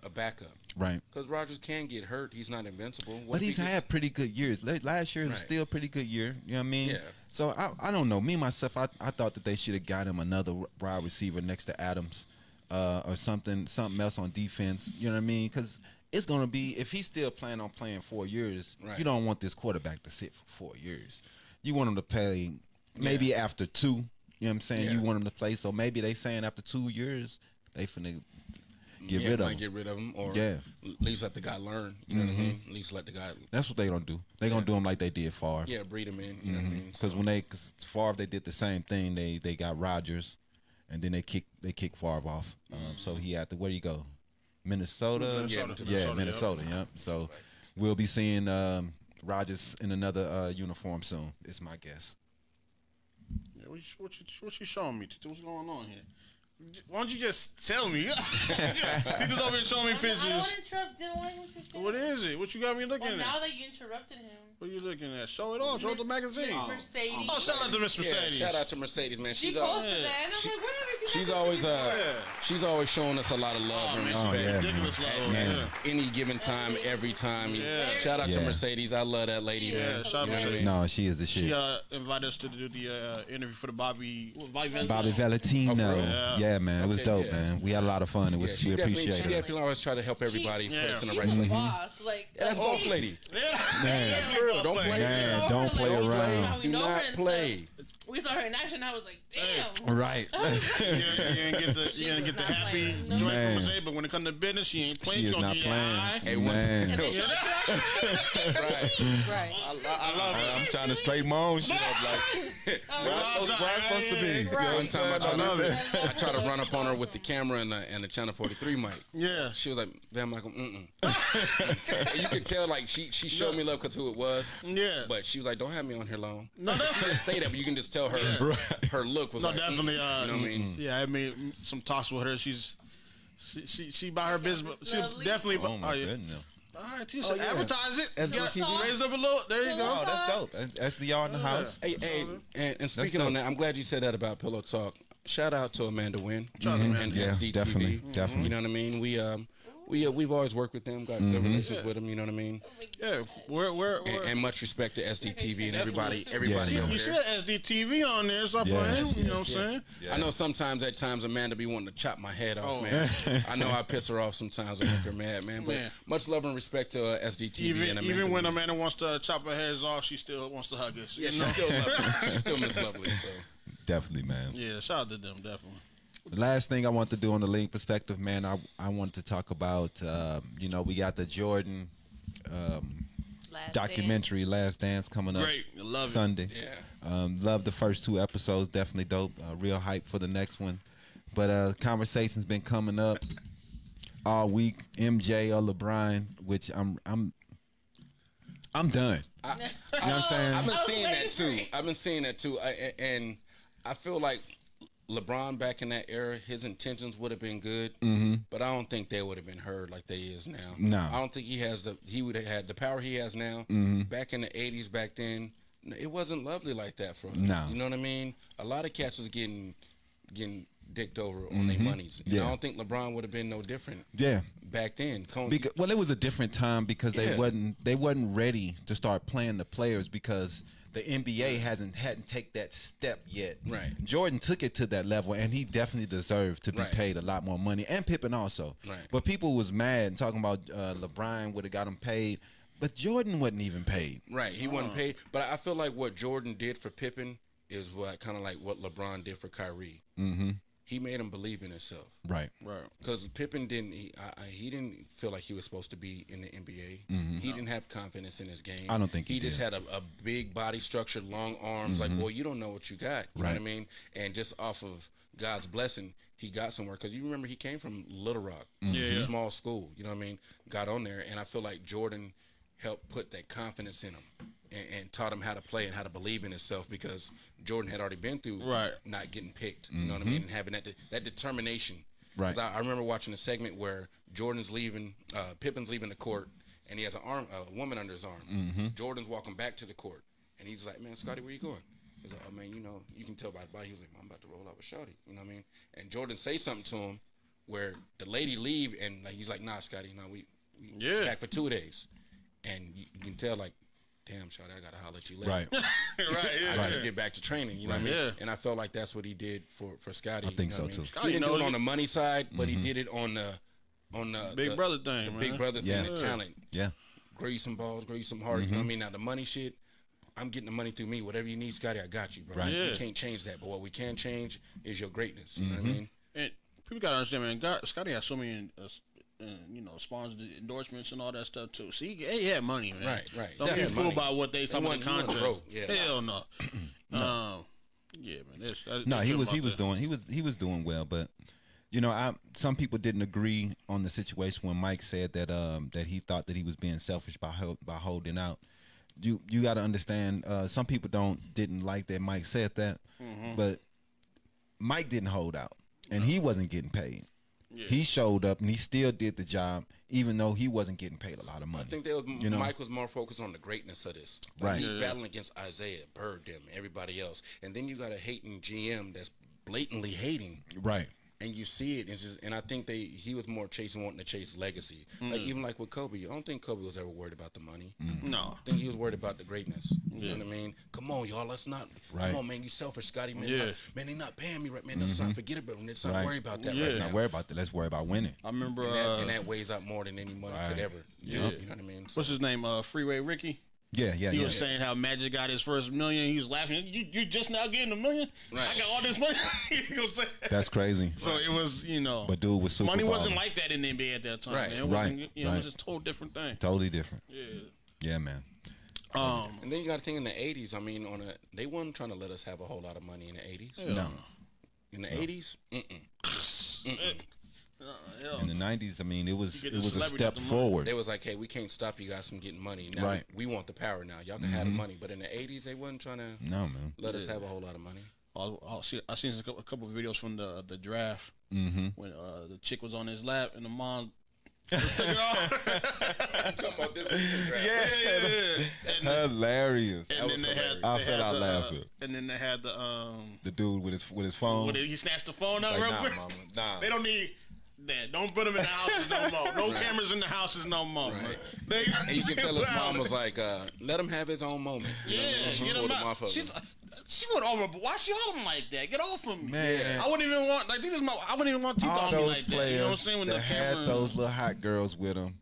a backup
Right.
because Rogers can get hurt. He's not invincible. What
But
if he
he's
gets-
had pretty good years. La- Last year was
Right.
still a pretty good year. You know what I mean?
Yeah.
So I, I don't know. Me myself, I, I thought that they should have got him another w- wide receiver next to Adams, uh, or something something else on defense. You know what I mean? Because it's gonna be if he's still planning on playing four years,
Right.
you don't want this quarterback to sit for four years. You want him to play maybe after two. You know what I'm saying? You
Yeah.
want him to play. So maybe they saying after two years they finna get
yeah,
rid of
might
him.
get rid of him, or
Yeah. Mm-hmm.
at least let the guy learn. You know what I mean? At least let the guy,
That's what they gonna do. They gonna do him like they did Favre.
yeah, breed him in. You know what I mean?
Because
So,
when they, Mm-hmm. cause Favre, they did the same thing. They they got Rodgers, and then they kick they kicked Favre off. Um,
Mm-hmm.
So he had to where do you go, Minnesota?
Yeah,
to
yeah, Minnesota. Yep. So we'll be seeing um, Rodgers in another uh, uniform soon. It's my guess.
Yeah, what, you, what, you, what you showing me? Tito? What's going on here? Why don't you just tell me? Tito's over here showing me
I don't, I don't want
pictures.
to interrupt. Didn't want him to. say
What
that.
is it? What you got me looking
Well,
at?
now that you interrupted him,
What are you looking at? Show it off. Show the magazine.
Miss
Oh,
Mercedes.
shout out to Miss
yeah,
Mercedes.
shout out to Mercedes, man.
she
She's always,
posted that, and I'm like, where have I seen
she's
that
always
picture
uh,
before?
Yeah.
she's always showing us a lot of love
Oh,
and
man,
respect.
she's
yeah,
ridiculous.
man.
Like,
Yeah.
yeah.
Any given time, every time.
Yeah.
Shout out
Yeah.
to Mercedes. I love that lady,
Yeah,
man.
shout out
You know what I
Mercedes.
mean?
No, she is the shit.
She uh, invited us to do the uh, interview for the Bobby what, Bobby Valentino.
Bobby
Oh,
Valentino.
for real?
yeah.
Yeah.
man, it was
Okay,
dope,
yeah.
man. We had a lot of fun. It
Yeah,
was
she
we
definitely, she
appreciate it.
definitely always try to help everybody
Yeah.
put us in the
She's
right
a
place.
boss. Like
Yeah, that's
like,
boss lady.
Yeah.
Man,
For real, don't
play.
play.
Man,
Yeah.
don't play
Don't play.
around.
We
Do
know her
not
and
play.
We saw her in action. I was like, damn.
Right.
You didn't get the, you didn't
was
get the
not
happy
playing.
joy
Man.
from Mercedes, but when it comes to business, she ain't playing.
she is
gonna
not
get high.
playing.
Hey, one-
man.
They showed her-
Right.
Right.
I love it.
I'm trying to straighten my own shit up. Like,
I
where
was
I'm supposed, where I'm supposed to be.
Right.
One time I
I
tried,
love it.
I tried to
"Oh,
run up on her with the camera and the, and the Channel 43 mic.
Yeah.
She was like, damn, Michael, mm-mm. And you could tell, like, she, she showed me love because who it was.
Yeah.
But she was like, don't have me on here long.
no,
She
definitely.
didn't say that, but you can just tell her her look was
No,
like,
definitely.
mm-mm.
Uh,
you know what I mean?
Yeah, I made some talks with her. She's she she, she by her business.
Miss
She's
Lovely.
definitely.
Oh my
yeah.
goodness.
All right, you
Oh,
should
yeah.
advertise it.
That's
Yeah,
on TV.
Raise it up a little. There you
Oh,
go.
that's dope. That's- That's the yard in the house.
Hey, hey, and, and speaking
dope.
on that, I'm glad you said that about Pillow Talk. Shout out to Amanda Wynn Mm-hmm.
out to
and
Amanda.
Yeah, definitely,
SDTV.
definitely.
Mm-hmm.
Mm-hmm.
You know what I mean? We um, we uh, we've always worked with them, got good relations with them. You know what I mean?
Yeah, where where
And,
where?
and much respect to SDTV and everybody,
Definitely.
everybody
Yeah.
over
you
there.
said SDTV on there. Stop
Yes,
playing. you
yes,
know what I'm saying? Oh,
I know sometimes at times Amanda be wanting to chop my head off, man. I know I piss her off sometimes and make her mad, man. But
Man.
much love and respect to uh, SDTV and
Even
Amanda.
even when
Wynn.
Amanda wants to chop her hairs off, she still wants to hug us.
yeah,
Yeah,
she's still lovely. She's still Miss Lovely. So
Definitely, man.
yeah. Shout out to them, definitely.
The last thing I want to do on the league perspective, man, I, I want to talk about, uh, you know, we got the Jordan
Last
documentary, Last Dance, coming up
Great, I love it.
Sunday.
yeah.
Um, love the first two episodes. Definitely dope. Uh, real hype for the next one. But uh, conversation's been coming up all week. MJ or LeBron, which I'm I'm I'm done. you know what I'm saying?
I've been
Oh,
seeing that
wait.
too. I've been seeing that too. I, a- and I feel like LeBron back in that era, his intentions would have been good, but I don't think they would have been heard like they is now.
Mm-hmm. No. Mm-hmm.
I don't think he has the he would have had the power he has now. Back in the '80s, back then, n- it wasn't lovely like that for us.
No.
you know what I mean. A lot of cats was getting getting dicked over on their monies, and
Mm-hmm. Yeah.
I don't think LeBron would have been no different
yeah.
back then. Cone-
Because, well, it was a different time because they
Yeah.
wasn't they wasn't ready to start playing the players because the NBA hasn't hadn't take that step yet.
Right.
Jordan took it to that level, and he definitely deserved to be
Right.
paid a lot more money, and Pippen also.
Right.
But people was mad and talking about uh, LeBron would have got him paid, but Jordan wasn't even paid.
Right, he wasn't paid, but I feel like what Jordan did for Pippen is what kind of like what LeBron did for Kyrie. Mm-hmm. He made him believe in himself
Right.
Right.
because Pippen didn't. He, I, I, he didn't feel like he was supposed to be in the NBA. He didn't have confidence in his game.
Mm-hmm. I don't think
he,
he
just
did. Mm-hmm.
had a, a big body structure, long arms. Like, boy, you don't know what you got. You know what I
Right.
mean? And just off of God's blessing, he got somewhere because you remember he came from Little Rock,
Mm-hmm.
Yeah, yeah.
small school. You know what I mean? Got on there, and I feel like Jordan helped put that confidence in him. And, and taught him how to play and how to believe in himself because Jordan had already been through
Right.
not getting picked. You know what I mean? And having that de- that determination.
Mm-hmm. Right.
'Cause I, I remember watching a segment where Jordan's leaving, uh, Pippen's leaving the court, and he has an arm, a woman under his arm. Jordan's walking back to the court, and he's like, "Man, Scotty, where you going?" He's like, "Oh man, you know, you can tell by the body." He was like, "I'm about to roll out with Shorty." You know what I mean? And Jordan say something to him, where the lady leave, and like he's like, "Nah, Scotty, no, we, we
Yeah.
back for two days," and you, you can tell like, "Damn, Shorty, I gotta holler at you later."
Right.
right.
I
Yeah.
got to get back to training. You know what I mean?
Yeah.
And I felt like that's what he did for for Scotty. I
think so, too. Mm-hmm.
He
Scotty
didn't do
knows
it on
it.
the money side, but he did it on the on the
Big
the-
brother thing,
the
man.
big brother
Yeah.
thing, the talent.
yeah.
Grow you some balls, grow you some heart. You
Mm-hmm.
know what I mean? Now the money shit. I'm getting the money through me. Whatever you need, Scotty, I got you, bro.
Right.
Yeah.
You can't change that, but what we can change is your greatness. You know
Mm-hmm.
what I mean?
And people gotta understand, man. God, Scotty has so many, uh, s- uh, you know, sponsored endorsements and all that stuff too. So he, he had money, man.
Right, right.
Don't be
Definitely
fooled
money.
by what they talking about
wasn't-
the
he wasn't
contract.
broke, yeah.
Hell no. Um, yeah, man. That's, that,
No,
that's
he
what
was
about
he was
that.
doing he was he was doing well, but you know, I some people didn't agree on the situation when Mike said that um that he thought that he was being selfish by hol- by holding out. You you got to understand uh some people don't didn't like that Mike said that,
Mm-hmm.
but Mike didn't hold out and he wasn't getting paid. He showed up and he still did the job even though he wasn't getting paid a lot of money.
I think they was,
know?
Mike was more focused on the greatness of this.
Right.
He's
Yeah.
battling against Isaiah, Bird, them, everybody else. And then you got a hating GM that's blatantly hating.
right.
and you see it. And just and I think they he was more chasing wanting to chase legacy. Like
Mm.
even like with Kobe, I don't think Kobe was ever worried about the money.
No.
I think he was worried about the greatness. You know what I mean? Come on, y'all. Let's not.
Right. Mm-hmm.
Come on, man. You selfish, Scotty. Man,
Yeah.
not- man, they not paying me right. Man, let's not forget about. Let's not
Right.
worry about that
Yeah.
right
Let's
now.
not worry about that. Let's worry about winning.
I remember.
and, that,
uh,
and that weighs out more than any money
Right.
could ever.
Yeah.
You know what I mean? So,
what's his name? Uh, Freeway Ricky.
Yeah, yeah,
He
yeah.
was saying how Magic got his first million. He was laughing. You, you just now getting a million? I
Right.
got all this money. you know what I'm saying?
That's crazy.
So it was, you know.
But dude was super
money wasn't
balling.
like that in the NBA at that time.
Right.
man. It wasn't,
Right,
You know, it was
right.
just a whole different thing.
Totally different.
Yeah.
Yeah, man.
Um,
and then you got to think in the '80s. I mean, on a they weren't trying to let us have a whole lot of money in the '80s.
No.
In the '80s, mm-mm.
uh, hell,
in the nineties, I mean, it was
get
it
the
was a
celebrity
step
with the money.
forward.
They was like, hey, we can't stop you guys from getting money. Now
Right. Mm-hmm.
we want the power now. Y'all can have the money. But in the eighties they wasn't trying to
No man,
let us have a whole lot of money.
I'll, I'll see. I seen a couple, a couple of videos from the the draft
Mm-hmm.
when uh, the chick was on his lap and the mom. took it off.
I'm talking about this recent draft. Yeah.
And,
hilarious.
and then
was
they had,
hilarious.
they
I
had
fell out
the,
laughing.
Uh, and then they had the um.
The dude with his with his phone.
What, he snatched the phone up
like,
real
nah,
quick.
mama, nah.
They don't need that. Don't put them in the houses no more. No cameras in the houses no more.
Right.
man. They,
And you can tell his mom was
like,
like, uh, let him have his own moment. You know what I mean?
yeah,
She
get
pulled
him
him off
out.
of
She's, uh,
him.
she went over. but Why she hold him like that? Get off of me.
Man.
I wouldn't even want like these. Is my, I wouldn't even want teeth
all
on me
those
like that.
players
You know what I'm saying? When
that
the
had
camera,
those little hot girls with them.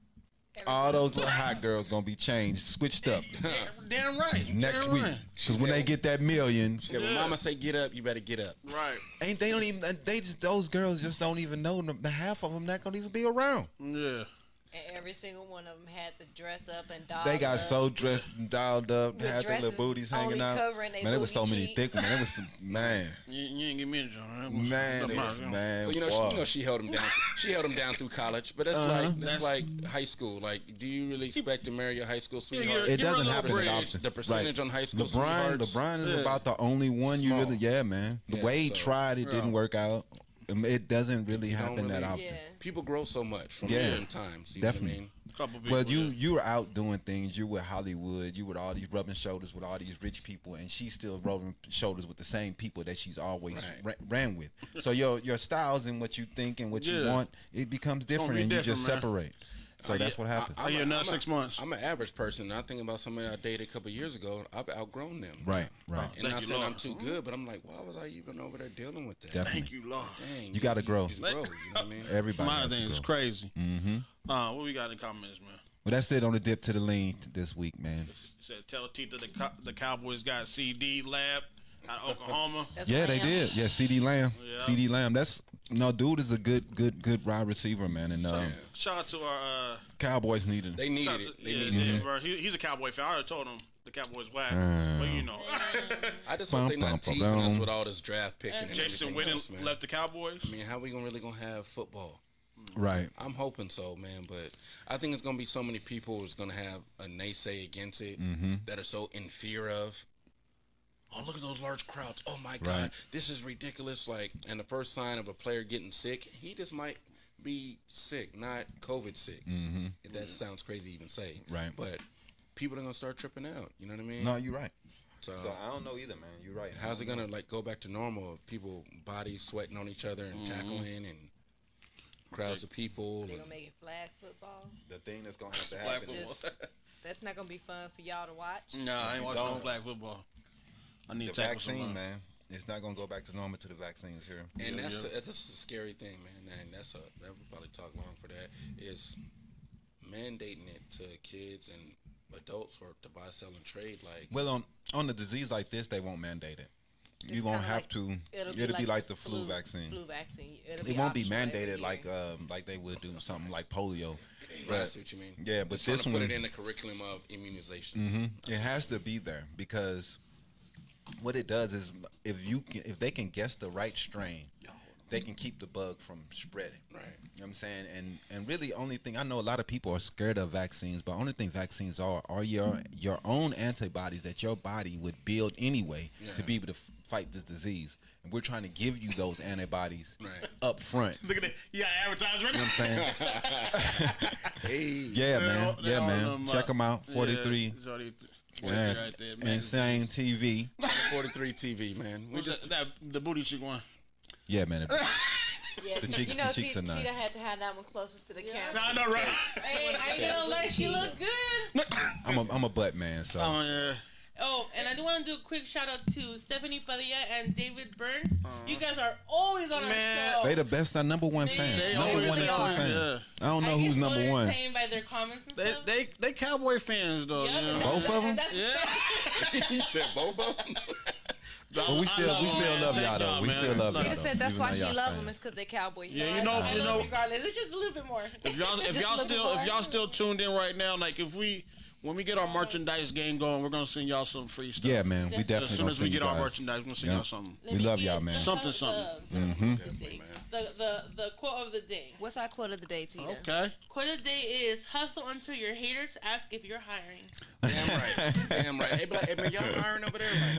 All those little hot girls gonna be changed, switched up
damn right.
next
damn
week.
right.
Cause when they get that million,
She said, when mama say get up, you better get up.
Right.
ain't they don't even they just those girls just don't even know the half of them not gonna even be around.
Yeah.
And every single one of them had to dress up and doll.
They
up.
got so dressed and dolled up,
The
had their little
dresses
booties hanging
only
out.
covering they
Man, there was so
booty
many
cheeks.
thick ones. There was some man,
You, you ain't give me a job.
man, there was- man.
So you know, she,
boy.
you know, she held him down. She held him down through college, but that's
Uh-huh.
like
That's-
that's, like high school. Like, do you really expect to marry your high school
you're-
sweetheart?
it
Give her a
doesn't
little
happen
break.
that often.
The percentage on high school
LeBron,
sweethearts-
LeBron is
Yeah.
about the only one
Small.
you really. Yeah, man. The
Yeah,
Wade
so-
tried, it didn't work out. Um, It doesn't really
don't
happen that
really-
often.
Yeah.
People grow so much from
Yeah.
different times. You
Definitely.
know
Couple people.
Well, you
yeah.
you were out doing things. You were Hollywood. You were all these rubbing shoulders with all these rich people, and she's still rubbing shoulders with the same people that she's always
Right.
ra- ran with. So your your styles and what you think and what you
Yeah.
want it becomes different,
be
and you just
different, man.
separate. So that's what happens.
Oh,
what I mean?
yeah, another
I'm
six months.
I'm an average person. I think about somebody I dated a couple years ago. I've outgrown them.
right, right.
And
Thank
not
you, Mm-hmm.
saying I'm
Lord.
too good, but I'm like, why was I even over there dealing with that?
Definitely.
Thank you, Lord.
Dang,
You gotta grow.
just grow. You know what I mean?
Everybody.
My
has to
thing is
grow.
crazy. Mm-hmm. Uh, what we got in the comments, man?
Well, that's it on the dip to the lean t- this week, man.
It said, tell Tita the, co- the Cowboys got CD Lab out of Oklahoma.
That's
Yeah,
what I
they
am.
did. Yeah, CD Lamb.
Yeah.
CD Lamb. That's no dude is a good, good, good wide receiver, man. And um,
Shout out to our. Uh,
Cowboys need him.
They
shout out
needed
to,
it. They
yeah,
needed
yeah,
it.
bro. He, he's a Cowboy fan. I already told him the Cowboys whack,
Mm.
but you know,
I just hope they're
Bum, bum,
not teasing
bum.
us with all this draft picking. And
Jason
everything
Witten
else, man.
left the Cowboys.
I mean, how we gonna really gonna have football?
Right.
I'm hoping so, man. But I think it's gonna be so many people who's gonna have a naysay against it
Mm-hmm.
that are so in fear of. Oh, look at those large crowds! Oh my God,
Right.
this is ridiculous! Like, and the first sign of a player getting sick, he just might be sick, not COVID sick. Mm-hmm. That sounds crazy, to even say.
Right.
But people are gonna start tripping out. You know what I mean?
No, you're right.
So, mm-hmm.
I don't know either, man. You're right.
how's it gonna like go back to normal? of People bodies sweating on each other and tackling and crowds of people.
They
And,
gonna make it flag football.
the thing that's gonna have to
Flag
Just that's not gonna be fun for y'all to watch.
Nah, I ain't watching no
Don't.
flag football. I need
The
to tackle
vaccine,
somebody.
man. It's not gonna go back to normal to the vaccines here.
and
Yeah,
that's
yeah.
A, that's a scary thing, man. And that's a that would probably talk long for that. Is mandating it to kids and adults for to buy, sell, and trade. Like
Well, on on a disease like this, they won't mandate it. you
It's
won't
kinda
have
like-
to. It'll, be, like, the flu, vaccine.
Flu vaccine. It'll
It won't be
optional every year.
mandated like um like they would do something like polio.
I see what you mean.
Yeah, but
They're trying
this
to put
one- Mm-hmm.
it in the curriculum of immunizations.
It has to be there because what it does is if you can, if they can guess the right strain, they can keep the bug from spreading. You
Right.
know what I'm saying? And and really only thing I know a lot of people are scared of vaccines, but only thing vaccines are are your your own antibodies that your body would build anyway to be able to f- fight this disease. And we're trying to give you those antibodies
Right.
up front. You
Look at that. Yeah, advertisement.
know what I'm saying?
Hey,
Yeah,
They're
man.
all-
yeah,
they're all
man.
them, uh,
Check them out.
yeah,
43.
43
man.
right there, man.
Insane TV.
43 TV, man. We
What's
just
that, that- the booty chick one.
Yeah, man. it-
Yeah,
The cheeks-
you know,
the cheeks
Tita,
are nice.
Tita had to have that one closest to the camera.
I know, right?
Hey, I feel like she looked good.
I'm a, I'm a butt man, so
Oh, yeah.
Oh, and I do want to do a quick shout out to Stephanie Padilla and David Burns. You guys are always on
Man.
our show.
Uh-huh. they the best. Our number one
They-
fans.
they
number
always
one and two
are.
fans. I don't know
I get
who's
so
number one.
entertained by their comments and
They,
stuff.
they they cowboy fans though.
Yup,
you
and
know?
Both
that's-
of 'em?
and that's-
Yeah.
he said both of them.
But we still we still love y'all though. we still love y'all.
Tita
though,
said that's
even
why
though
she
y'all
loved
fans.
him. It's because they cowboy.
Yeah, you
fans.
know-
I
you
love
know-
regardless. It's just a little bit more.
If y'all if
Just
y'all
looking
still
for
if
it.
y'all still tuned in right now, like if we when we get our merchandise game going, we're gonna send y'all some free stuff.
Yeah, man. We definitely
As soon
gonna
as we
send you
get our
guys.
merchandise, we're gonna send
Yeah.
y'all something.
Let
We
me
love
get
y'all,
the
man. Mm.
quote
Something,
of- The, the the quote of the day.
What's our quote of the day, Tita?
Okay.
Quote of the day is hustle until your haters ask if you're hiring.
Damn right. Damn right. Hey, but, hey, but y'all iron over there, man.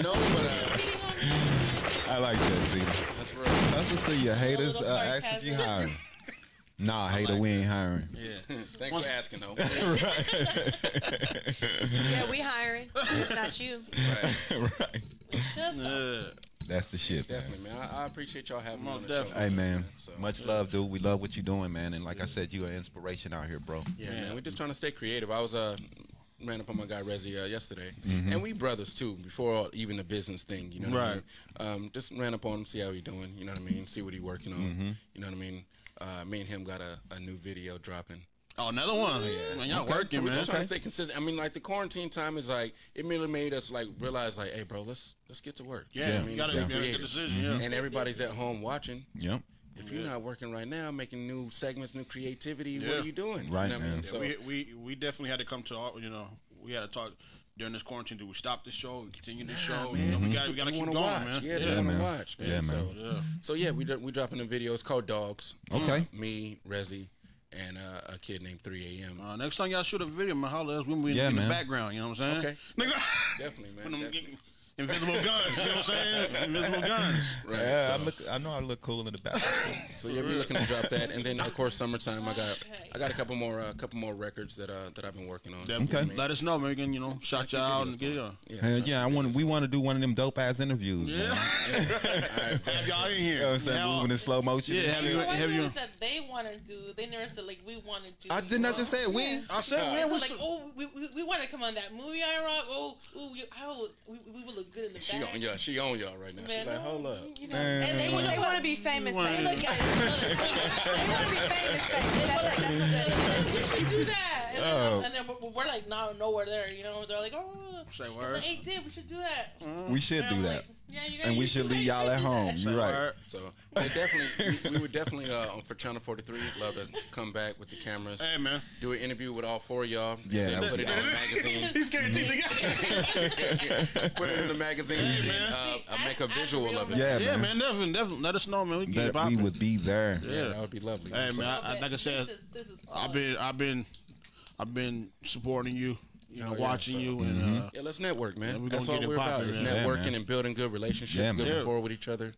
No, but uh,
Mm-hmm. I like that, Zeta.
that's real.
That's what to your haters.
little
Uh, ask if
sarcasm.
you hiring. Nah, hater, we ain't hiring.
Yeah.
Thanks
Once-
for asking, though.
Yeah, we hiring. It's not you.
Right.
right.
Just
yeah.
That's the shit, man.
Definitely, man. I, I appreciate y'all having me
Most
on the show.
definitely.
Hey, man.
So,
Much love, dude. We love what you doing, man. And like I said, you an inspiration out here, bro.
yeah, man. We're just trying to stay creative. I was uh ran upon my guy Rezzy uh, yesterday, and we brothers too. Before all, even the business thing, you know what
Mm-hmm. Right.
I mean. Um, just ran up on him, see how he doing. You know what I mean. See what he working on.
Mm-hmm.
You know what I mean. Uh, me and him got a, a new video dropping.
Oh, another one. Man, y'all working,
We're
man.
trying to stay consistent. I mean, like the quarantine time is like it merely made us like realize like, hey, bro, let's let's get to work. You know
Yeah,
what I
you
mean?
gotta make
Let's get
a good
Mm-hmm.
creative. Mm-hmm.
decision. Yeah.
And everybody's at home watching.
Yep.
If you're not working right now, making new segments, new creativity, what
Yeah.
are you doing?
Right,
You know what I mean?
man.
So,
we, we we definitely had to come to all, you know we had to talk during this quarantine. Do we stop the show? Continue the show? You know, we got we got to
they
keep
wanna
going,
watch.
man.
Yeah, they
Mm-hmm. Yeah,
want
man.
to watch, man.
Yeah,
so,
man.
Yeah.
so yeah, we do, we dropping a video. It's called Dogs.
Okay.
Me, Rezzy, and uh, a kid named 3 AM.
Uh, next time y'all shoot a video, man, holler at us. We we
Yeah,
in
man.
the background. You know what I'm saying?
Okay.
Nigga,
Definitely, man.
Put them
definitely.
invisible guns. You know what I'm saying? Invisible guns.
Right.
Yeah,
so-
I look. I know I look cool in the back.
So yeah, we're looking to drop that, and then of course summertime. I got
Okay.
I got a couple more a couple more records that uh that I've been working on.
Definitely.
Okay.
Let us know, man. We can, you know, shout
Keep
y'all out
videos
and get
going.
y'all.
Yeah.
Hell yeah, I want. We want to do one of them dope ass interviews. man.
Yeah. Have y'all in here.
You know what I'm saying?
Now-
Moving in slow motion.
Yeah, have
They
you?
want
Have you?
things that they want to do. They never said like we want to do.
I did not
Well,
just say it, we.
yeah.
I said,
So
man, we
like,
so-
oh, we, we, we want to come on that movie, I rock. Oh, ooh, you, oh, we, we will look good in the
She
back.
on y'all. She on y'all right now. She's
Man,
like,
oh,
hold up.
You know, and
They,
they
want-
would
they
they
want to be famous.
wanna
They
do-
look at each other. They want to be famous. famous. That's like, that's what they
would do that. And, then-
Oh.
and then we're, we're like now nowhere there, you know. They're like, oh,
Say
it's
word.
like, hey Tim, we should do that.
We should
And
Mm-hmm. do
I'm
that,
like, yeah, you guys-
and we
you
should
guys
leave y'all at
do
home.
that.
You're right.
Alright.
So they definitely we, we were definitely uh on- for Channel 43. Love to come back with the cameras.
Hey, man.
Do an interview with all four of y'all.
Yeah,
Then
that
put
would
it in a magazine.
He's guaranteed to get
put it in the magazine. and then, uh, I make a
That's- that's
visual
real
of it.
rap.
Yeah,
Yeah, man,
man.
definitely, definitely. Let us know, man. We can get
That we
popping.
would be there.
Yeah, that
Yeah.
would be lovely.
Hey,
So-
man. I, I,
Okay,
like I said,
this is, this is
I've
fun.
been, I've been, I've been supporting you, you know,
Oh, yeah,
watching
so-
you, and
Mm-hmm.
uh,
Yeah, let's network, man.
Yeah, we
That's
gonna
all
get it
we're about.
poppin',
It's
man.
Yeah,
networking
man.
and building good relationships,
Yeah,
good
man.
rapport with each other.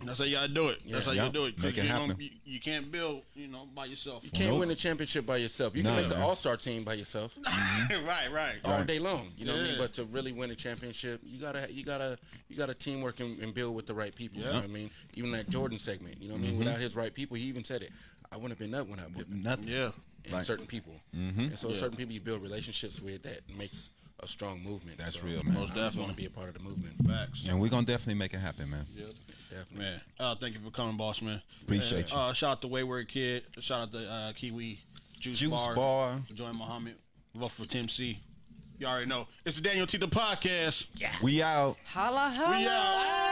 uh, that's how y'all do it. That's how
Yeah.
you do it. 'cause
Make it
you, ain't
happen.
gonna- you, you can't build, you know, by yourself.
Can't
Nope.
win a championship by yourself. You
No,
can make
man.
the All Star team by yourself
right, right.
all day long. You know what I
Yeah.
mean? But to really win a championship, you gotta you gotta you gotta teamwork and, and build with the right people. You know what I mean? Even that Jordan segment. You know what
Mm-hmm.
I mean? Without his right people, he even said it. I wouldn't have been up when I would.
Nothing.
Yeah.
And certain people.
Mm-hmm.
And so certain people you build relationships with that makes a strong movement.
That's
So
real, man.
Most
I just want
definitely.
to be a part of the movement.
Facts.
And we're gonna definitely make it happen, man.
Definitely.
Man, uh, thank you for coming, boss man.
Appreciate
Uh, shout out to Wayward Kid. Shout out to uh, Kiwi Juice,
Juice
Bar.
Bar.
Join Muhammad. Vote for Tim C. You already know. It's the Daniel Tita podcast.
you. We out.
Holla, holla.
We out.